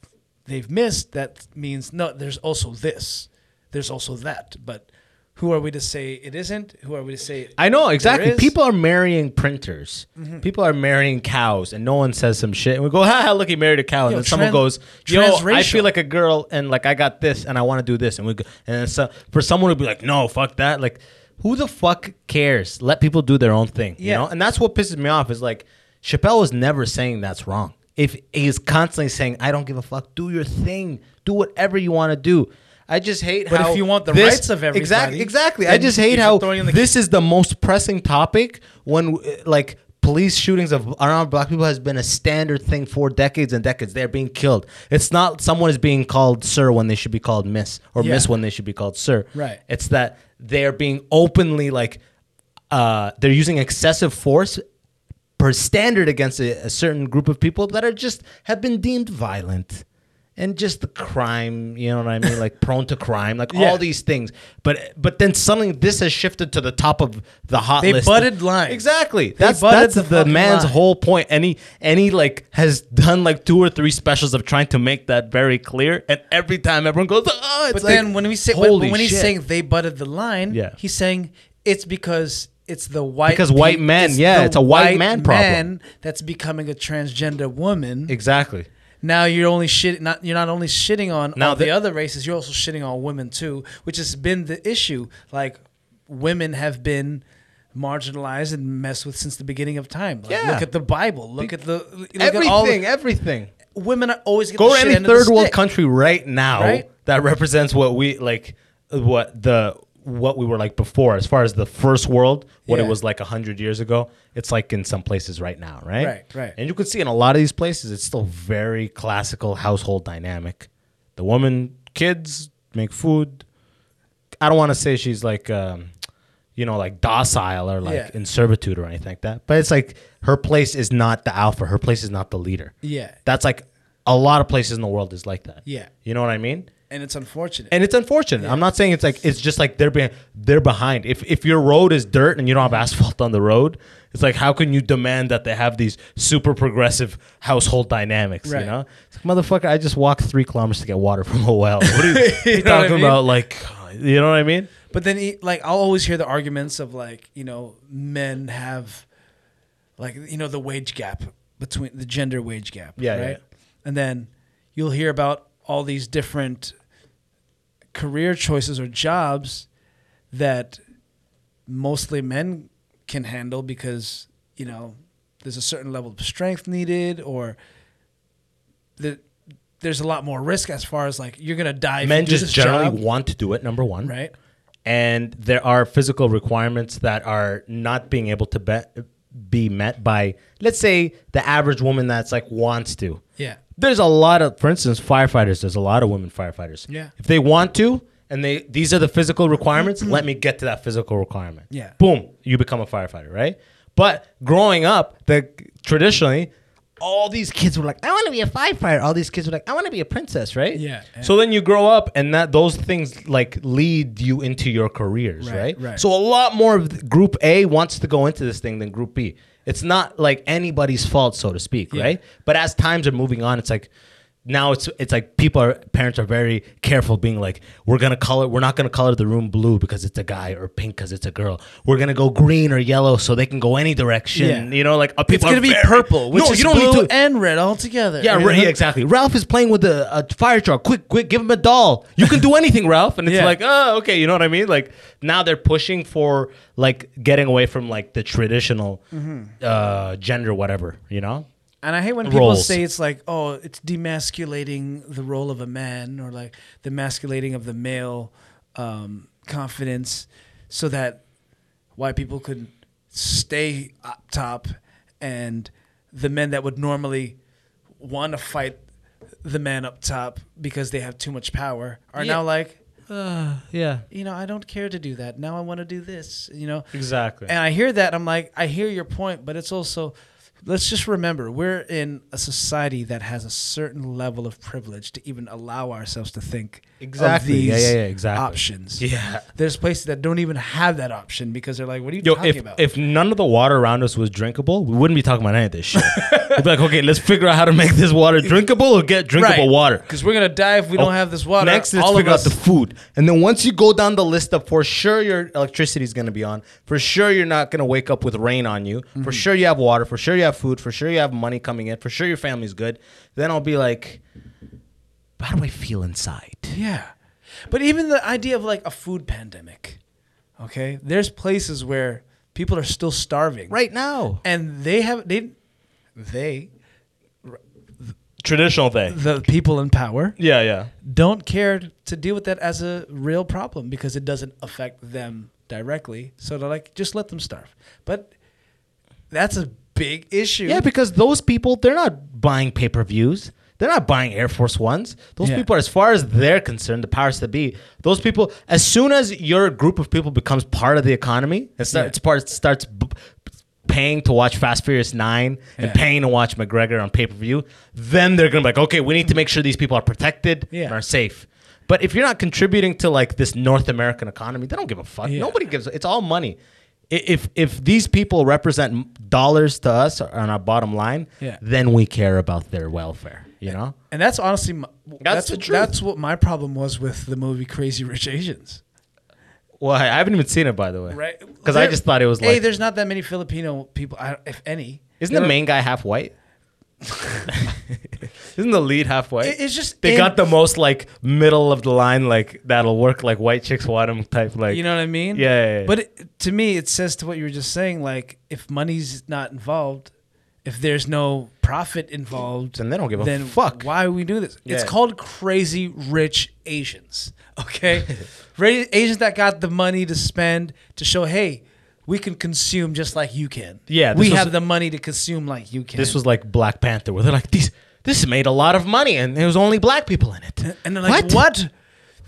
they've missed that means no there's also this there's also that but who are we to say it isn't who are we to say
I know
There
exactly.
is- Mm-hmm.
People are marrying printers. People are marrying cows, and no one says some shit. And we go, "Ha ha! Look, he married a cow." And
Yo,
then someone
tran-
goes, "Yo, I
transracial.
feel like a girl, and like I got this, and I want to do this." And we go, and then so, for someone to be like, "No, fuck that!" Like, who the fuck cares? Let people do their own thing, you
Yeah.
know. And that's what pisses me off is like Chappelle was never saying that's wrong. If he's constantly saying, "I don't give a fuck. Do your thing. Do whatever you want to do." I just hate
But if
how
you want the rights of
exactly,
everybody,
exactly. I
then
just hate
you're
how
throwing in the
this this is the most pressing topic when uh, like police shootings of around black people has been a standard thing for decades and decades they're being killed it's not someone is being called sir when they should be called miss or
Yeah.
miss when they should be called sir
Right.
it's that they're being openly like uh, they're using excessive force per standard against a, a certain group of people that are just have been deemed violent and just the crime you know what i mean like prone to crime like
Yeah.
all these things but but then suddenly this has shifted to the top of the hot
They
list
butted lines.
exactly that's
butted
that's
the
the,
fucking
man's
line.
whole point and he and he like has done like two or three specials of trying to make that very clear and every time everyone goes oh it's
but
like,
then when we say
holy
when, when he's
shit.
saying they butted the line
Yeah.
he's saying it's because it's the white
Because white
peop-
men, yeah,
the
it's a white man problem.
that's becoming a transgender woman
exactly
now you're only shit not you're not only shitting on
Now
all the
the-
other races you're also shitting on women too which has been the issue like women have been marginalized and messed with since the beginning of time. Like,
Yeah.
Look at the Bible. Look at the look
everything,
At all the-
everything.
women are always get
Go
the
to
shit
any
end of the
third world
stick.
country right now
Right?
that represents what we like, what the what we were like before, as far as the first world, what
Yeah.
it was like hundred years ago. It's like in some places right now, right?
Right, right.
And you can see in a lot of these places, it's still very classical household dynamic. The woman, kids make food. I don't want to say she's like, um, you know, like docile or like
Yeah.
in servitude or anything like that. But it's like her place is not the alpha. Her place is not the leader.
Yeah.
That's like a lot of places in the world is like that.
Yeah.
You know what I mean?
and it's unfortunate.
And it's unfortunate. I'm not saying it's like it's just like they're behind. They're behind. If if your road is dirt and you don't have asphalt on the road, it's like how can you demand that they have these super progressive household dynamics?
Right.
You know, it's like, motherfucker, I just walked three kilometers to get water from a well. What are you, you
know what I
talking
mean?
about? Like, you know what I mean?
But then, he- like, I'll always hear the arguments of like, you know, men have, like, you know, the wage gap between the gender wage gap,
Yeah, yeah,
right?
yeah.
And then you'll hear about all these different career choices or jobs that mostly men can handle because you know there's a certain level of strength needed or the, there's a lot more risk as far as like you're gonna die. if
Men
you do
just
this
generally
job,
want to do it. Number one,
right.
and there are physical requirements that are not being able to bet, be met by let's say the average woman that's like wants to
Yeah.
there's a lot of for instance firefighters there's a lot of women firefighters
Yeah.
if they want to and they these are the physical requirements let me get to that physical requirement
Yeah.
boom you become a firefighter right but growing up the traditionally all these kids were like i want to be a firefighter all these kids were like i want to be a princess right
Yeah, yeah.
so then you grow up and that those things like lead you into your careers
Right,
right,
right.
so a lot more of the- group a wants to go into this thing than group b it's not like anybody's fault so to speak
Yeah.
right but as times are moving on it's like now it's it's like people are parents are very careful being like we're gonna color we're not gonna color the room blue because it's a guy or pink because it's a girl we're gonna go green or yellow so they can go any direction
Yeah.
you know like uh,
It's
people are
gonna be
very-
purple, which
no
is
you don't
blue
need to
and red all together.
yeah,
You
right,
know?
yeah, exactly. Ralph is playing with a, a fire truck. Quick, quick, give him a doll. You can do anything, Ralph. And it's
Yeah.
like, oh, okay, you know what I mean? Like now they're pushing for like getting away from like the traditional
Mm-hmm.
uh, gender, whatever. You know?
And I hate when people
Roles.
say it's like, oh, it's demasculating the role of a man or like the masculating of the male um, confidence so that white people could stay up top and the men that would normally want to fight the man up top because they have too much power are
Yeah.
now like, Uh,
Yeah,
you know, I don't care to do that. Now I want to do this, you know?
exactly.
And I hear that. I'm like, I hear your point, but it's also, let's just remember, we're in a society that has a certain level of privilege to even allow ourselves to think
Exactly.
of these
Yeah, yeah, yeah, exactly.
options.
Yeah.
There's places that don't even have that option because they're like, what are you
Yo,
talking
if,
about?
if none of the water around us was drinkable, we wouldn't be talking about any of this shit. We'd be like, okay, let's figure out how to make this water drinkable or get drinkable water.
Because we're gonna die if we
Oh,
don't have this water.
Next, let's
All of
figure
us.
out the food, and then once you go down the list of for sure your electricity is going to be on, for sure you're not going to wake up with rain on you,
Mm-hmm.
for sure you have water, for sure you have food, for sure you have money coming in, for sure your family's good. Then I'll be like, how do I feel inside?
Yeah. But even the idea of like a food pandemic, okay? There's places where people are still starving.
Right now,
And they have they they
traditional thing.
the people in power
Yeah, yeah.
don't care to deal with that as a real problem because it doesn't affect them directly. So they're like, just let them starve. But that's a big issue.
Yeah, because those people, they're not buying pay per views. They're not buying Air Force Ones. Those
Yeah.
people, as far as they're concerned, the powers that be, those people, as soon as your group of people becomes part of the economy, it start,
Yeah.
it's part, it starts b- paying to watch Fast Furious 9 and
Yeah.
paying to watch McGregor on pay per view, then they're going to be like, okay, we need to make sure these people are protected
Yeah.
and are safe. But if you're not contributing to like this North American economy, they don't give a fuck.
Yeah.
Nobody gives. It's all money. I- If if these people represent m- dollars to us on our bottom line,
Yeah.
then we care about their welfare. You know.
and that's honestly my, that's
the truth.
That's what my problem was with the movie Crazy Rich Asians.
Well, I I haven't even seen it by the way.
Right?
Because I
There-
just thought it was
hey,
like,
there's not that many Filipino people, I, if any.
isn't
There
the
were-
main guy half white? Isn't the lead halfway?
It- it's just
they
in-
got the most like middle of the line like that'll work like white chicks want 'em type like
You know what I mean?
Yeah, yeah, yeah.
But it, to me, it says to what you were just saying, like if money's not involved, if there's no profit involved,
Then they don't give a
then
fuck.
Why we do this? It's
Yeah.
called crazy rich Asians. Okay, Ra- Asians that got the money to spend to show, hey, we can consume just like you can.
Yeah, this
we
was-
have the money to consume like you can.
this was like Black Panther where they're like these this made a lot of money and there was only black people in it.
and they're like, what? Th-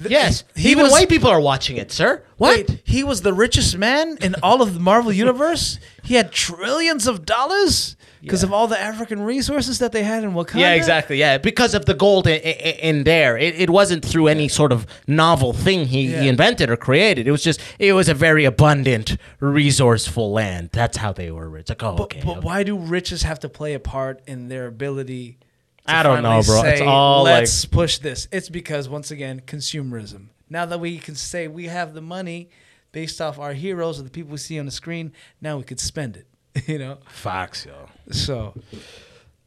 Yes.
he
Even
was-
white people are watching it, sir. What?
Wait, he was the richest man in all of the Marvel universe. He had trillions of dollars because of all the African resources that they had in Wakanda.
Yeah, exactly. Yeah, because of the gold in, in, in there, it, it wasn't through any sort of novel thing he,
Yeah.
he invented or created. It was just it was a very abundant, resourceful land. That's how they were rich. Like, oh,
But,
okay.
but
okay.
why do riches have to play a part in their ability? to
I don't know,
finally
bro. It's
say,
all, like-
let's push this. It's because once again, consumerism. Now that we can say we have the money based off our heroes or the people we see on the screen, now we could spend it. You know,
Fox, yo.
so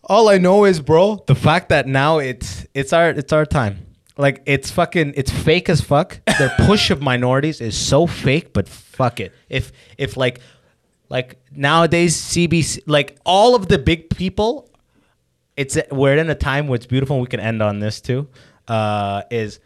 All I know is, bro, the fact that now it's it's our it's our time. Like it's fucking it's fake as fuck. Their push of minorities is so fake, but fuck it. If if like like nowadays CBC like all of the big people it's we're in a time where it's beautiful and we can end on this too uh, is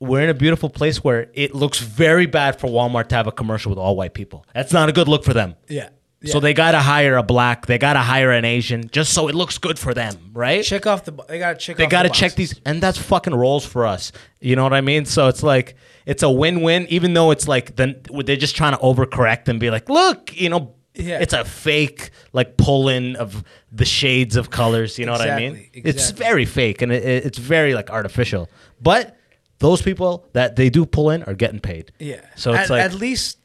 we're in a beautiful place where it looks very bad for Walmart to have a commercial with all white people. That's not a good look for them.
yeah.
So they gotta hire a black, they gotta hire an Asian, just so it looks good for them, right?
check off the. bo- They gotta check.
they
off the
gotta
box.
check these, and that's fucking roles for us. You know what I mean? So it's like it's a win-win, even though it's like then they're just trying to overcorrect and be like, look, you know,
Yeah.
it's a fake like pull-in of the shades of colors. You know what I mean?
Exactly,
It's
exactly.
very fake and it, it- it's very like artificial, but. Those people that they do pull in are getting paid.
Yeah.
So it's
at,
like
at least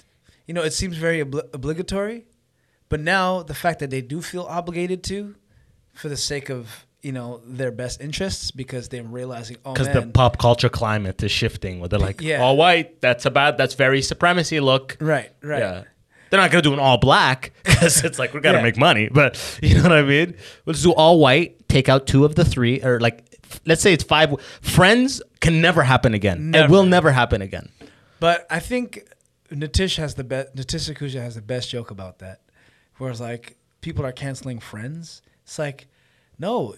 you know it seems very obli- obligatory, but now the fact that they do feel obligated to, for the sake of you know their best interests, because they're realizing oh
because the
man,
pop culture climate is shifting where they're like
Yeah.
all white that's about that's very supremacy look
right, right.
yeah they're not gonna do an all black because it's like we gotta
Yeah.
make money but you know what i mean let's do all white take out two of the three or like f- let's say it's five friends can never happen again it
Never.
will never happen again
But I think Natish has the best. Natish Sakuja has the best joke about that, whereas like people are canceling friends. It's like, no,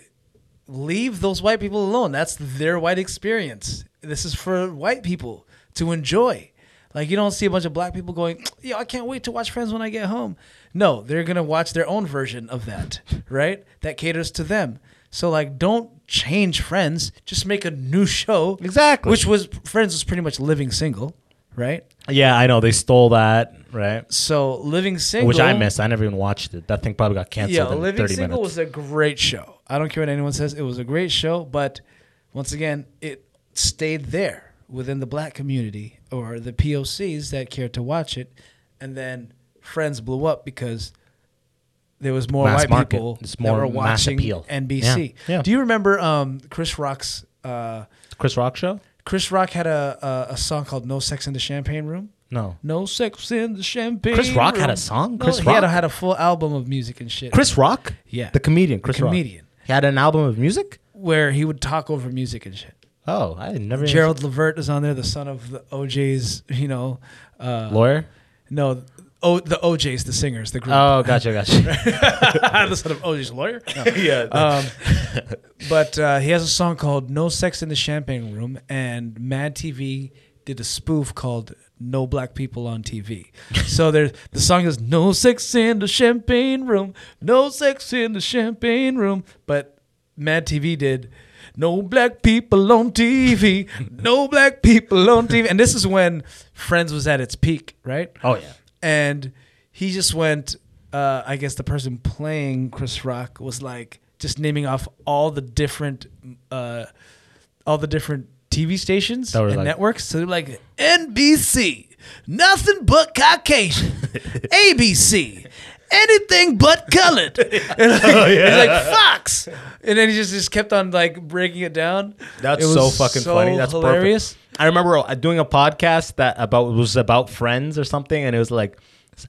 leave those white people alone. That's their white experience. This is for white people to enjoy. Like you don't see a bunch of black people going, "Yo, I can't wait to watch Friends when I get home." No, they're gonna watch their own version of that, right? That caters to them. So like, don't change Friends. Just make a new show.
Exactly.
Which was Friends was pretty much Living Single, right?
yeah i know they stole that right
So Living Single,
which i missed i never even watched it that thing probably got
Yeah,
canceled in
Living
30
Single
minutes
was a great show. I don't care what anyone says; it was a great show. But once again, it stayed there within the black community or the POCs that cared to watch it, and then Friends blew up because there was more
Mass
white
market.
people
It's
that
more
were
mass
watching
appeal.
NBC.
Yeah, yeah.
Do you remember um, Chris Rock's? Uh,
chris rock show
Chris Rock had a, a a song called "No Sex in the Champagne Room."
no
No sex in the champagne.
Chris Rock had
room.
a song?
No,
Chris
he had a,
Rock?
had a full album of music and shit.
chris rock
Yeah.
the comedian chris rock
comedian.
he had an album of music
where he would talk over music and shit.
oh i never even-
Gerald Levert is on there, the son of the OJ's. You know, uh,
lawyer
no, o, the OJ's, the singers, the group.
Oh, gotcha, gotcha.
the son of OJ's lawyer. yeah. Um, but uh, he has a song called "No Sex in the Champagne Room," and Mad TV did a spoof called "No Black People on TV." so there, the song is "No Sex in the Champagne Room," "No Sex in the Champagne Room," but Mad TV did. No black people on TV. No black people on TV. And this is when Friends was at its peak, right?
oh yeah.
and he just went. Uh, I guess the person playing Chris Rock was like just naming off all the different, uh, all the different TV stations
That were
and
like-
networks. So they're like NBC, nothing but Caucasian, ABC, anything but colored. And like, it's like Fox, and then he just just kept on like breaking it down.
That's
It was
so fucking
so
funny. That's
hilarious.
Perfect. I remember uh, doing a podcast that about was about friends or something, and it was like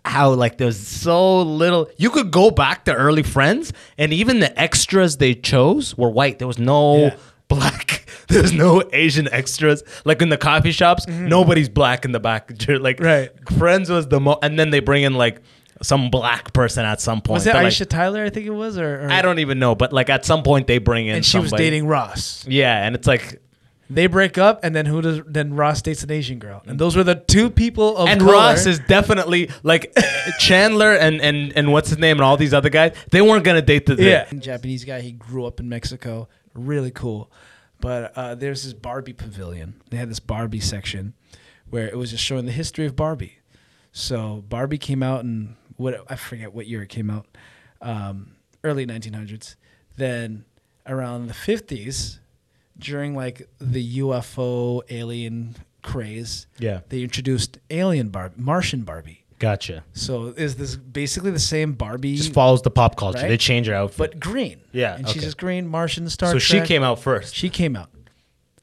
how like there's so little. You could go back to early Friends, and even the extras they chose were white. There was no
Yeah.
black. There's no Asian extras. Like in the coffee shops, nobody's black in the back. Like
Mm-hmm. Right.
Friends was the mo, and then they bring in like some black person at some point.
Was that
They're like-
Aisha Tyler? I think it was, or, or
I don't even know, but like at some point they bring in
And she was
somebody.
dating Ross.
Yeah, and it's like
They break up, and then who does? Then Ross dates an Asian girl, and those were the two people of
and
color.
Ross is definitely like Chandler and and and what's his name and all these other guys. They weren't gonna date the
yeah Japanese guy. He grew up in Mexico, really cool. But uh, there's this Barbie pavilion. They had this Barbie section where it was just showing the history of Barbie. So Barbie came out in what I forget what year it came out, um, early 1900s. Then around the 50s, during like the UFO alien craze,
Yeah.
they introduced alien Barbie, Martian Barbie.
Gotcha.
So is this basically the same Barbie?
Just follows the pop culture.
Right?
They change her outfit.
but green.
Yeah,
and she's
okay.
just green, Martian, Star
so
Trek.
she came out first.
She came out,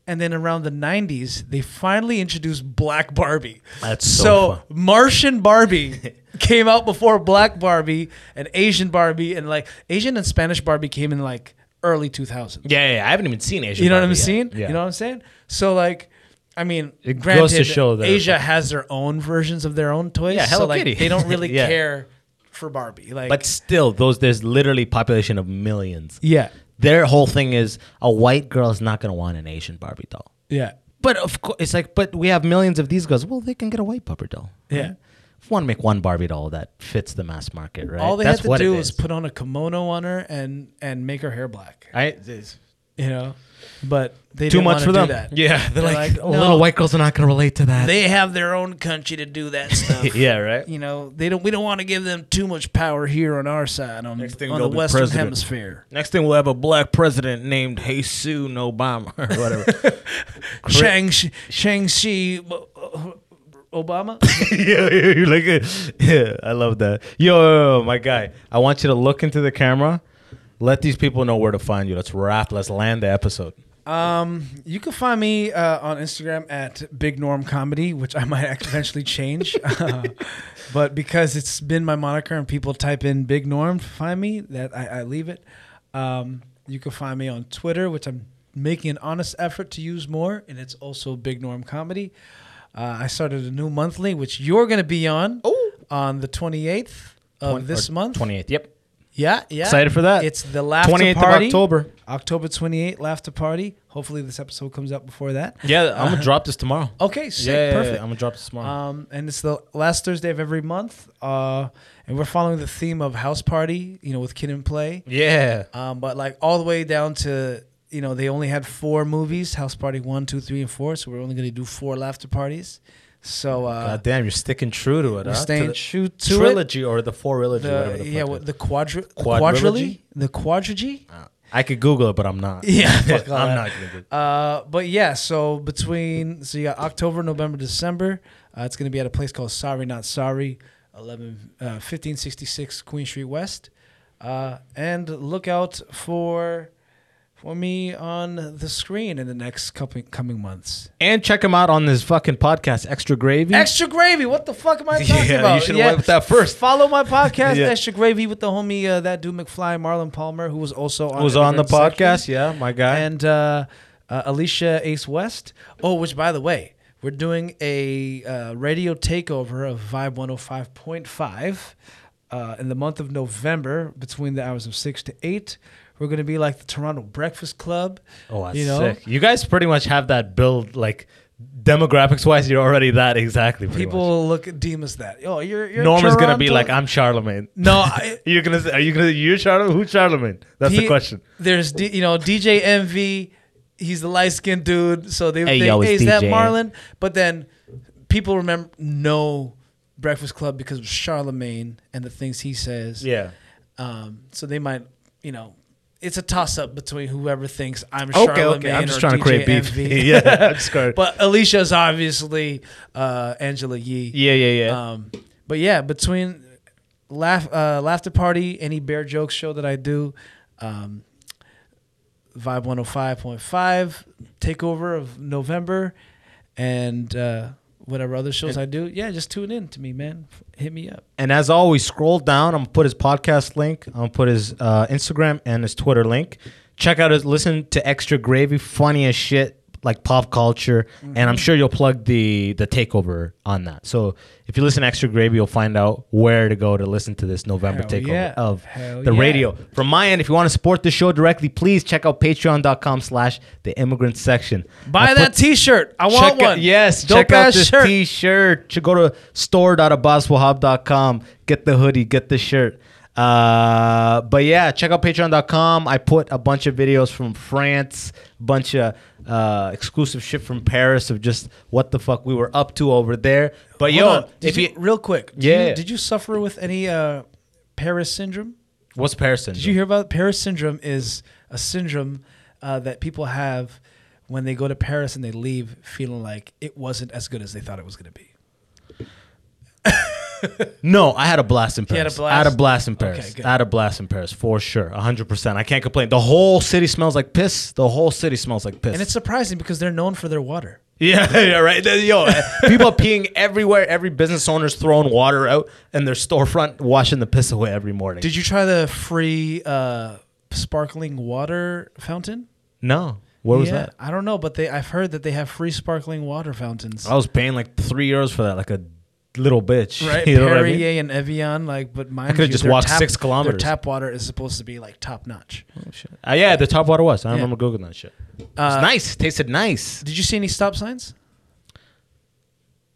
and then around the '90s, they finally introduced Black Barbie.
That's so fun.
Martian Barbie came out before Black Barbie and Asian Barbie, and like Asian and Spanish Barbie came in like early 2000s.
yeah, yeah, I haven't even seen Asian.
You know what
Barbie
I'm
yet.
saying?
Yeah.
You know what I'm saying? So like, I mean,
It
granted,
goes to show that-
Asia has their own versions of their own toys.
Yeah, Hello
so, like,
Kitty.
They don't really
Yeah.
care for Barbie. Like,
but still, those there's literally population of millions.
yeah,
Their whole thing is a white girl is not gonna want an Asian Barbie doll.
yeah,
But of course, it's like, but we have millions of these girls. Well, they can get a white Barbie doll.
yeah.
If you want to make one Barbie doll that fits the mass market, right?
All they
That's
had to
what it
do was
is.
put on a kimono on her and and make her hair black.
I,
You know, but they
too
didn't
much for
wanna do
them.
That.
Yeah,
they're like, no,
little white girls are not gonna relate to that.
They have their own country to do that stuff.
yeah, right.
You know, they don't. We don't want to give them too much power here on our side on,
Next thing
on the
they'll be
Western
president.
Hemisphere.
Next thing we'll have a black president named Jesus Obama or whatever.
Shang Shang Shi uh, Obama.
yeah, yeah, you're like, uh, yeah, I love that. Yo, yo, yo, my guy, I want you to look into the camera. Let these people know where to find you. Let's wrap. Let's land the episode.
Um, you can find me uh, on Instagram at Big Norm Comedy, which I might act- eventually change, uh, but because it's been my moniker and people type in Big Norm to find me, that I, I leave it. Um, you can find me on Twitter, which I'm making an honest effort to use more, and it's also Big Norm Comedy. Uh, I started a new monthly, which you're going to be on on the 28th of this
Oh. Or
month.
28th. Yep.
Yeah, yeah.
Excited for that.
It's the laughter
28th of
party.
October.
October 28th, laughter party. Hopefully this episode comes out before that.
Yeah, I'm gonna drop this tomorrow.
Okay, sick,
yeah,
perfect.
I'm gonna drop this tomorrow.
um, and it's the last Thursday of every month, uh, and we're following the theme of house party, you know, with kid and play.
yeah.
Um, but like all the way down to you know they only had four movies: house party one, two, three, and four. So we're only gonna do four laughter parties. So uh,
God damn, you're sticking true to it.
we're
huh?
staying
to the
true to it.
trilogy or the fourilogy, whatever
the,
the
yeah,
fuck
what-
it
the quadri-
Quadrilogy?
quadrilogy, the quadrilogy.
is. I could Google it, but I'm not.
Yeah, fuck all
I'm
that.
not gonna do it.
Uh, but yeah, so between so you got October, November, December. Uh, it's gonna be at a place called Sorry Not Sorry, 11, uh, 1566 Queen Street West. Uh, and look out for for me on the screen in the next couple coming months.
And check him out on this fucking podcast, Extra Gravy.
Extra gravy. What the fuck am I talking
Yeah,
about?
you should've went with that first.
Follow my podcast,
Yeah.
Extra Gravy, with the homie uh, that dude McFly, Marlon Palmer, who was also on
was on the
Immigrant Section.
podcast. Yeah, my guy.
and uh, uh, Alicia Ace West. Oh, which by the way, we're doing a uh, radio takeover of Vibe 105.5 uh, in the month of November between the hours of six to eight. We're gonna be like the Toronto Breakfast Club.
oh, that's sick. You guys pretty much have that build, like demographics wise, you're already that exactly. pretty much.
People look at deem us that. Oh, you're, you're
Norm is gonna be
Toronto-
like, I'm Charlemagne.
no. I,
You're gonna say, are you gonna you're Charlemagne? Who's Charlemagne? That's
He-
the question.
There's D, you know DJ MV, he's the light skinned dude, so they
Hey,
they
yo, it's
hey, is that
DJ.
Marlon? But then people remember know Breakfast Club because of Charlemagne and the things he says.
Yeah.
Um. So they might you know. It's a toss up between whoever thinks I'm
Okay,
Charlemagne
okay. I'm just
or
trying
DJ
to create beef.
MV.
yeah, I'm just trying-
But Alicia's obviously uh, Angela Yee.
yeah, yeah, yeah.
Um, but yeah, between laugh uh, laughter party, any bear jokes show that I do, um, vibe oh one hundred five point five takeover of November, and uh, whatever other shows I do, yeah, just tune in to me, man. F- Hit me up.
And as always, scroll down. I'm gonna put his podcast link. I'm gonna put his uh, Instagram and his Twitter link. Check out his listen to extra gravy, funny as shit, like pop culture.
Mm-hmm.
And I'm sure you'll plug the the takeover on that. So if you listen to extra gravy, you'll find out where to go to listen to this November
Hell
takeover
yeah.
of
Hell
the
yeah.
radio. From my end, if you want to support the show directly, please check out patreon.com/slash the immigrant section.
Buy
I'll
that
put-
T-shirt. I want
check out-
one.
yes,
dope
check out
ass
this
shirt.
t-shirt. Should go to store.abbaswahab.com. Get the hoodie, get the shirt. Uh, but yeah, check out patreon.com. I put a bunch of videos from France, a bunch of uh, exclusive shit from Paris of just what the fuck we were up to over there. But
Hold
yo,
on. Did
if
you,
you,
real quick, did
Yeah.
you, did you suffer with any uh, Paris syndrome?
what's Paris syndrome?
Did you hear about Paris syndrome? Is a syndrome uh, that people have when they go to Paris and they leave feeling like it wasn't as good as they thought it was going to be.
No, I had a blast in
had a
Paris. I had a
blast?
blast in Paris.
Okay, good.
I had a blast in Paris for sure, hundred percent. I can't complain. The whole city smells like piss. The whole city smells like piss.
And it's surprising because they're known for their water.
Yeah, yeah, right. There- Yo, eh, people are peeing everywhere. Every business owner's throwing water out, and their storefront washing the piss away every morning.
Did you try the free uh, sparkling water fountain?
no, what was that?
I don't know, but they I've heard that they have free sparkling water fountains.
I was paying like three euros for that, like a little bitch.
Right,
You know what I
Perrier
mean?
and Evian, like, but mine.
could've just walked six kilometers.
Their tap water is supposed to be like top notch.
Uh, yeah, the top water was. I
Yeah.
remember googling that shit.
Uh,
it's nice. Tasted nice.
Did you see any stop signs?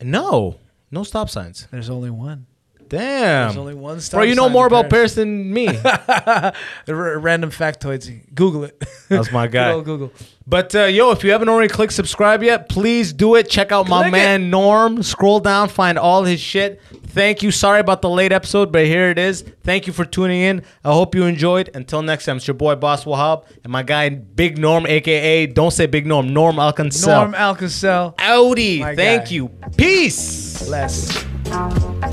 No, no stop signs.
There's only one.
Damn.
There's only one stop
Bro, you know
sign
more
in
about Paris
Paris.
than me.
The r- random factoids. Google it.
That's my guy.
Good old Google.
But uh, yo, if you haven't already clicked subscribe yet, please do it. Check out my
Click
man Norm. Scroll down, find all his shit. Thank you. Sorry about the late episode, but here it is. Thank you for tuning in. I hope you enjoyed. Until next time, it's your boy Boss Wahab and my guy Big Norm, aka don't say Big Norm, Norm Alcancel.
Norm Alcacel.
Audi.
My
Thank
guy.
you. Peace.
Bless.
Thank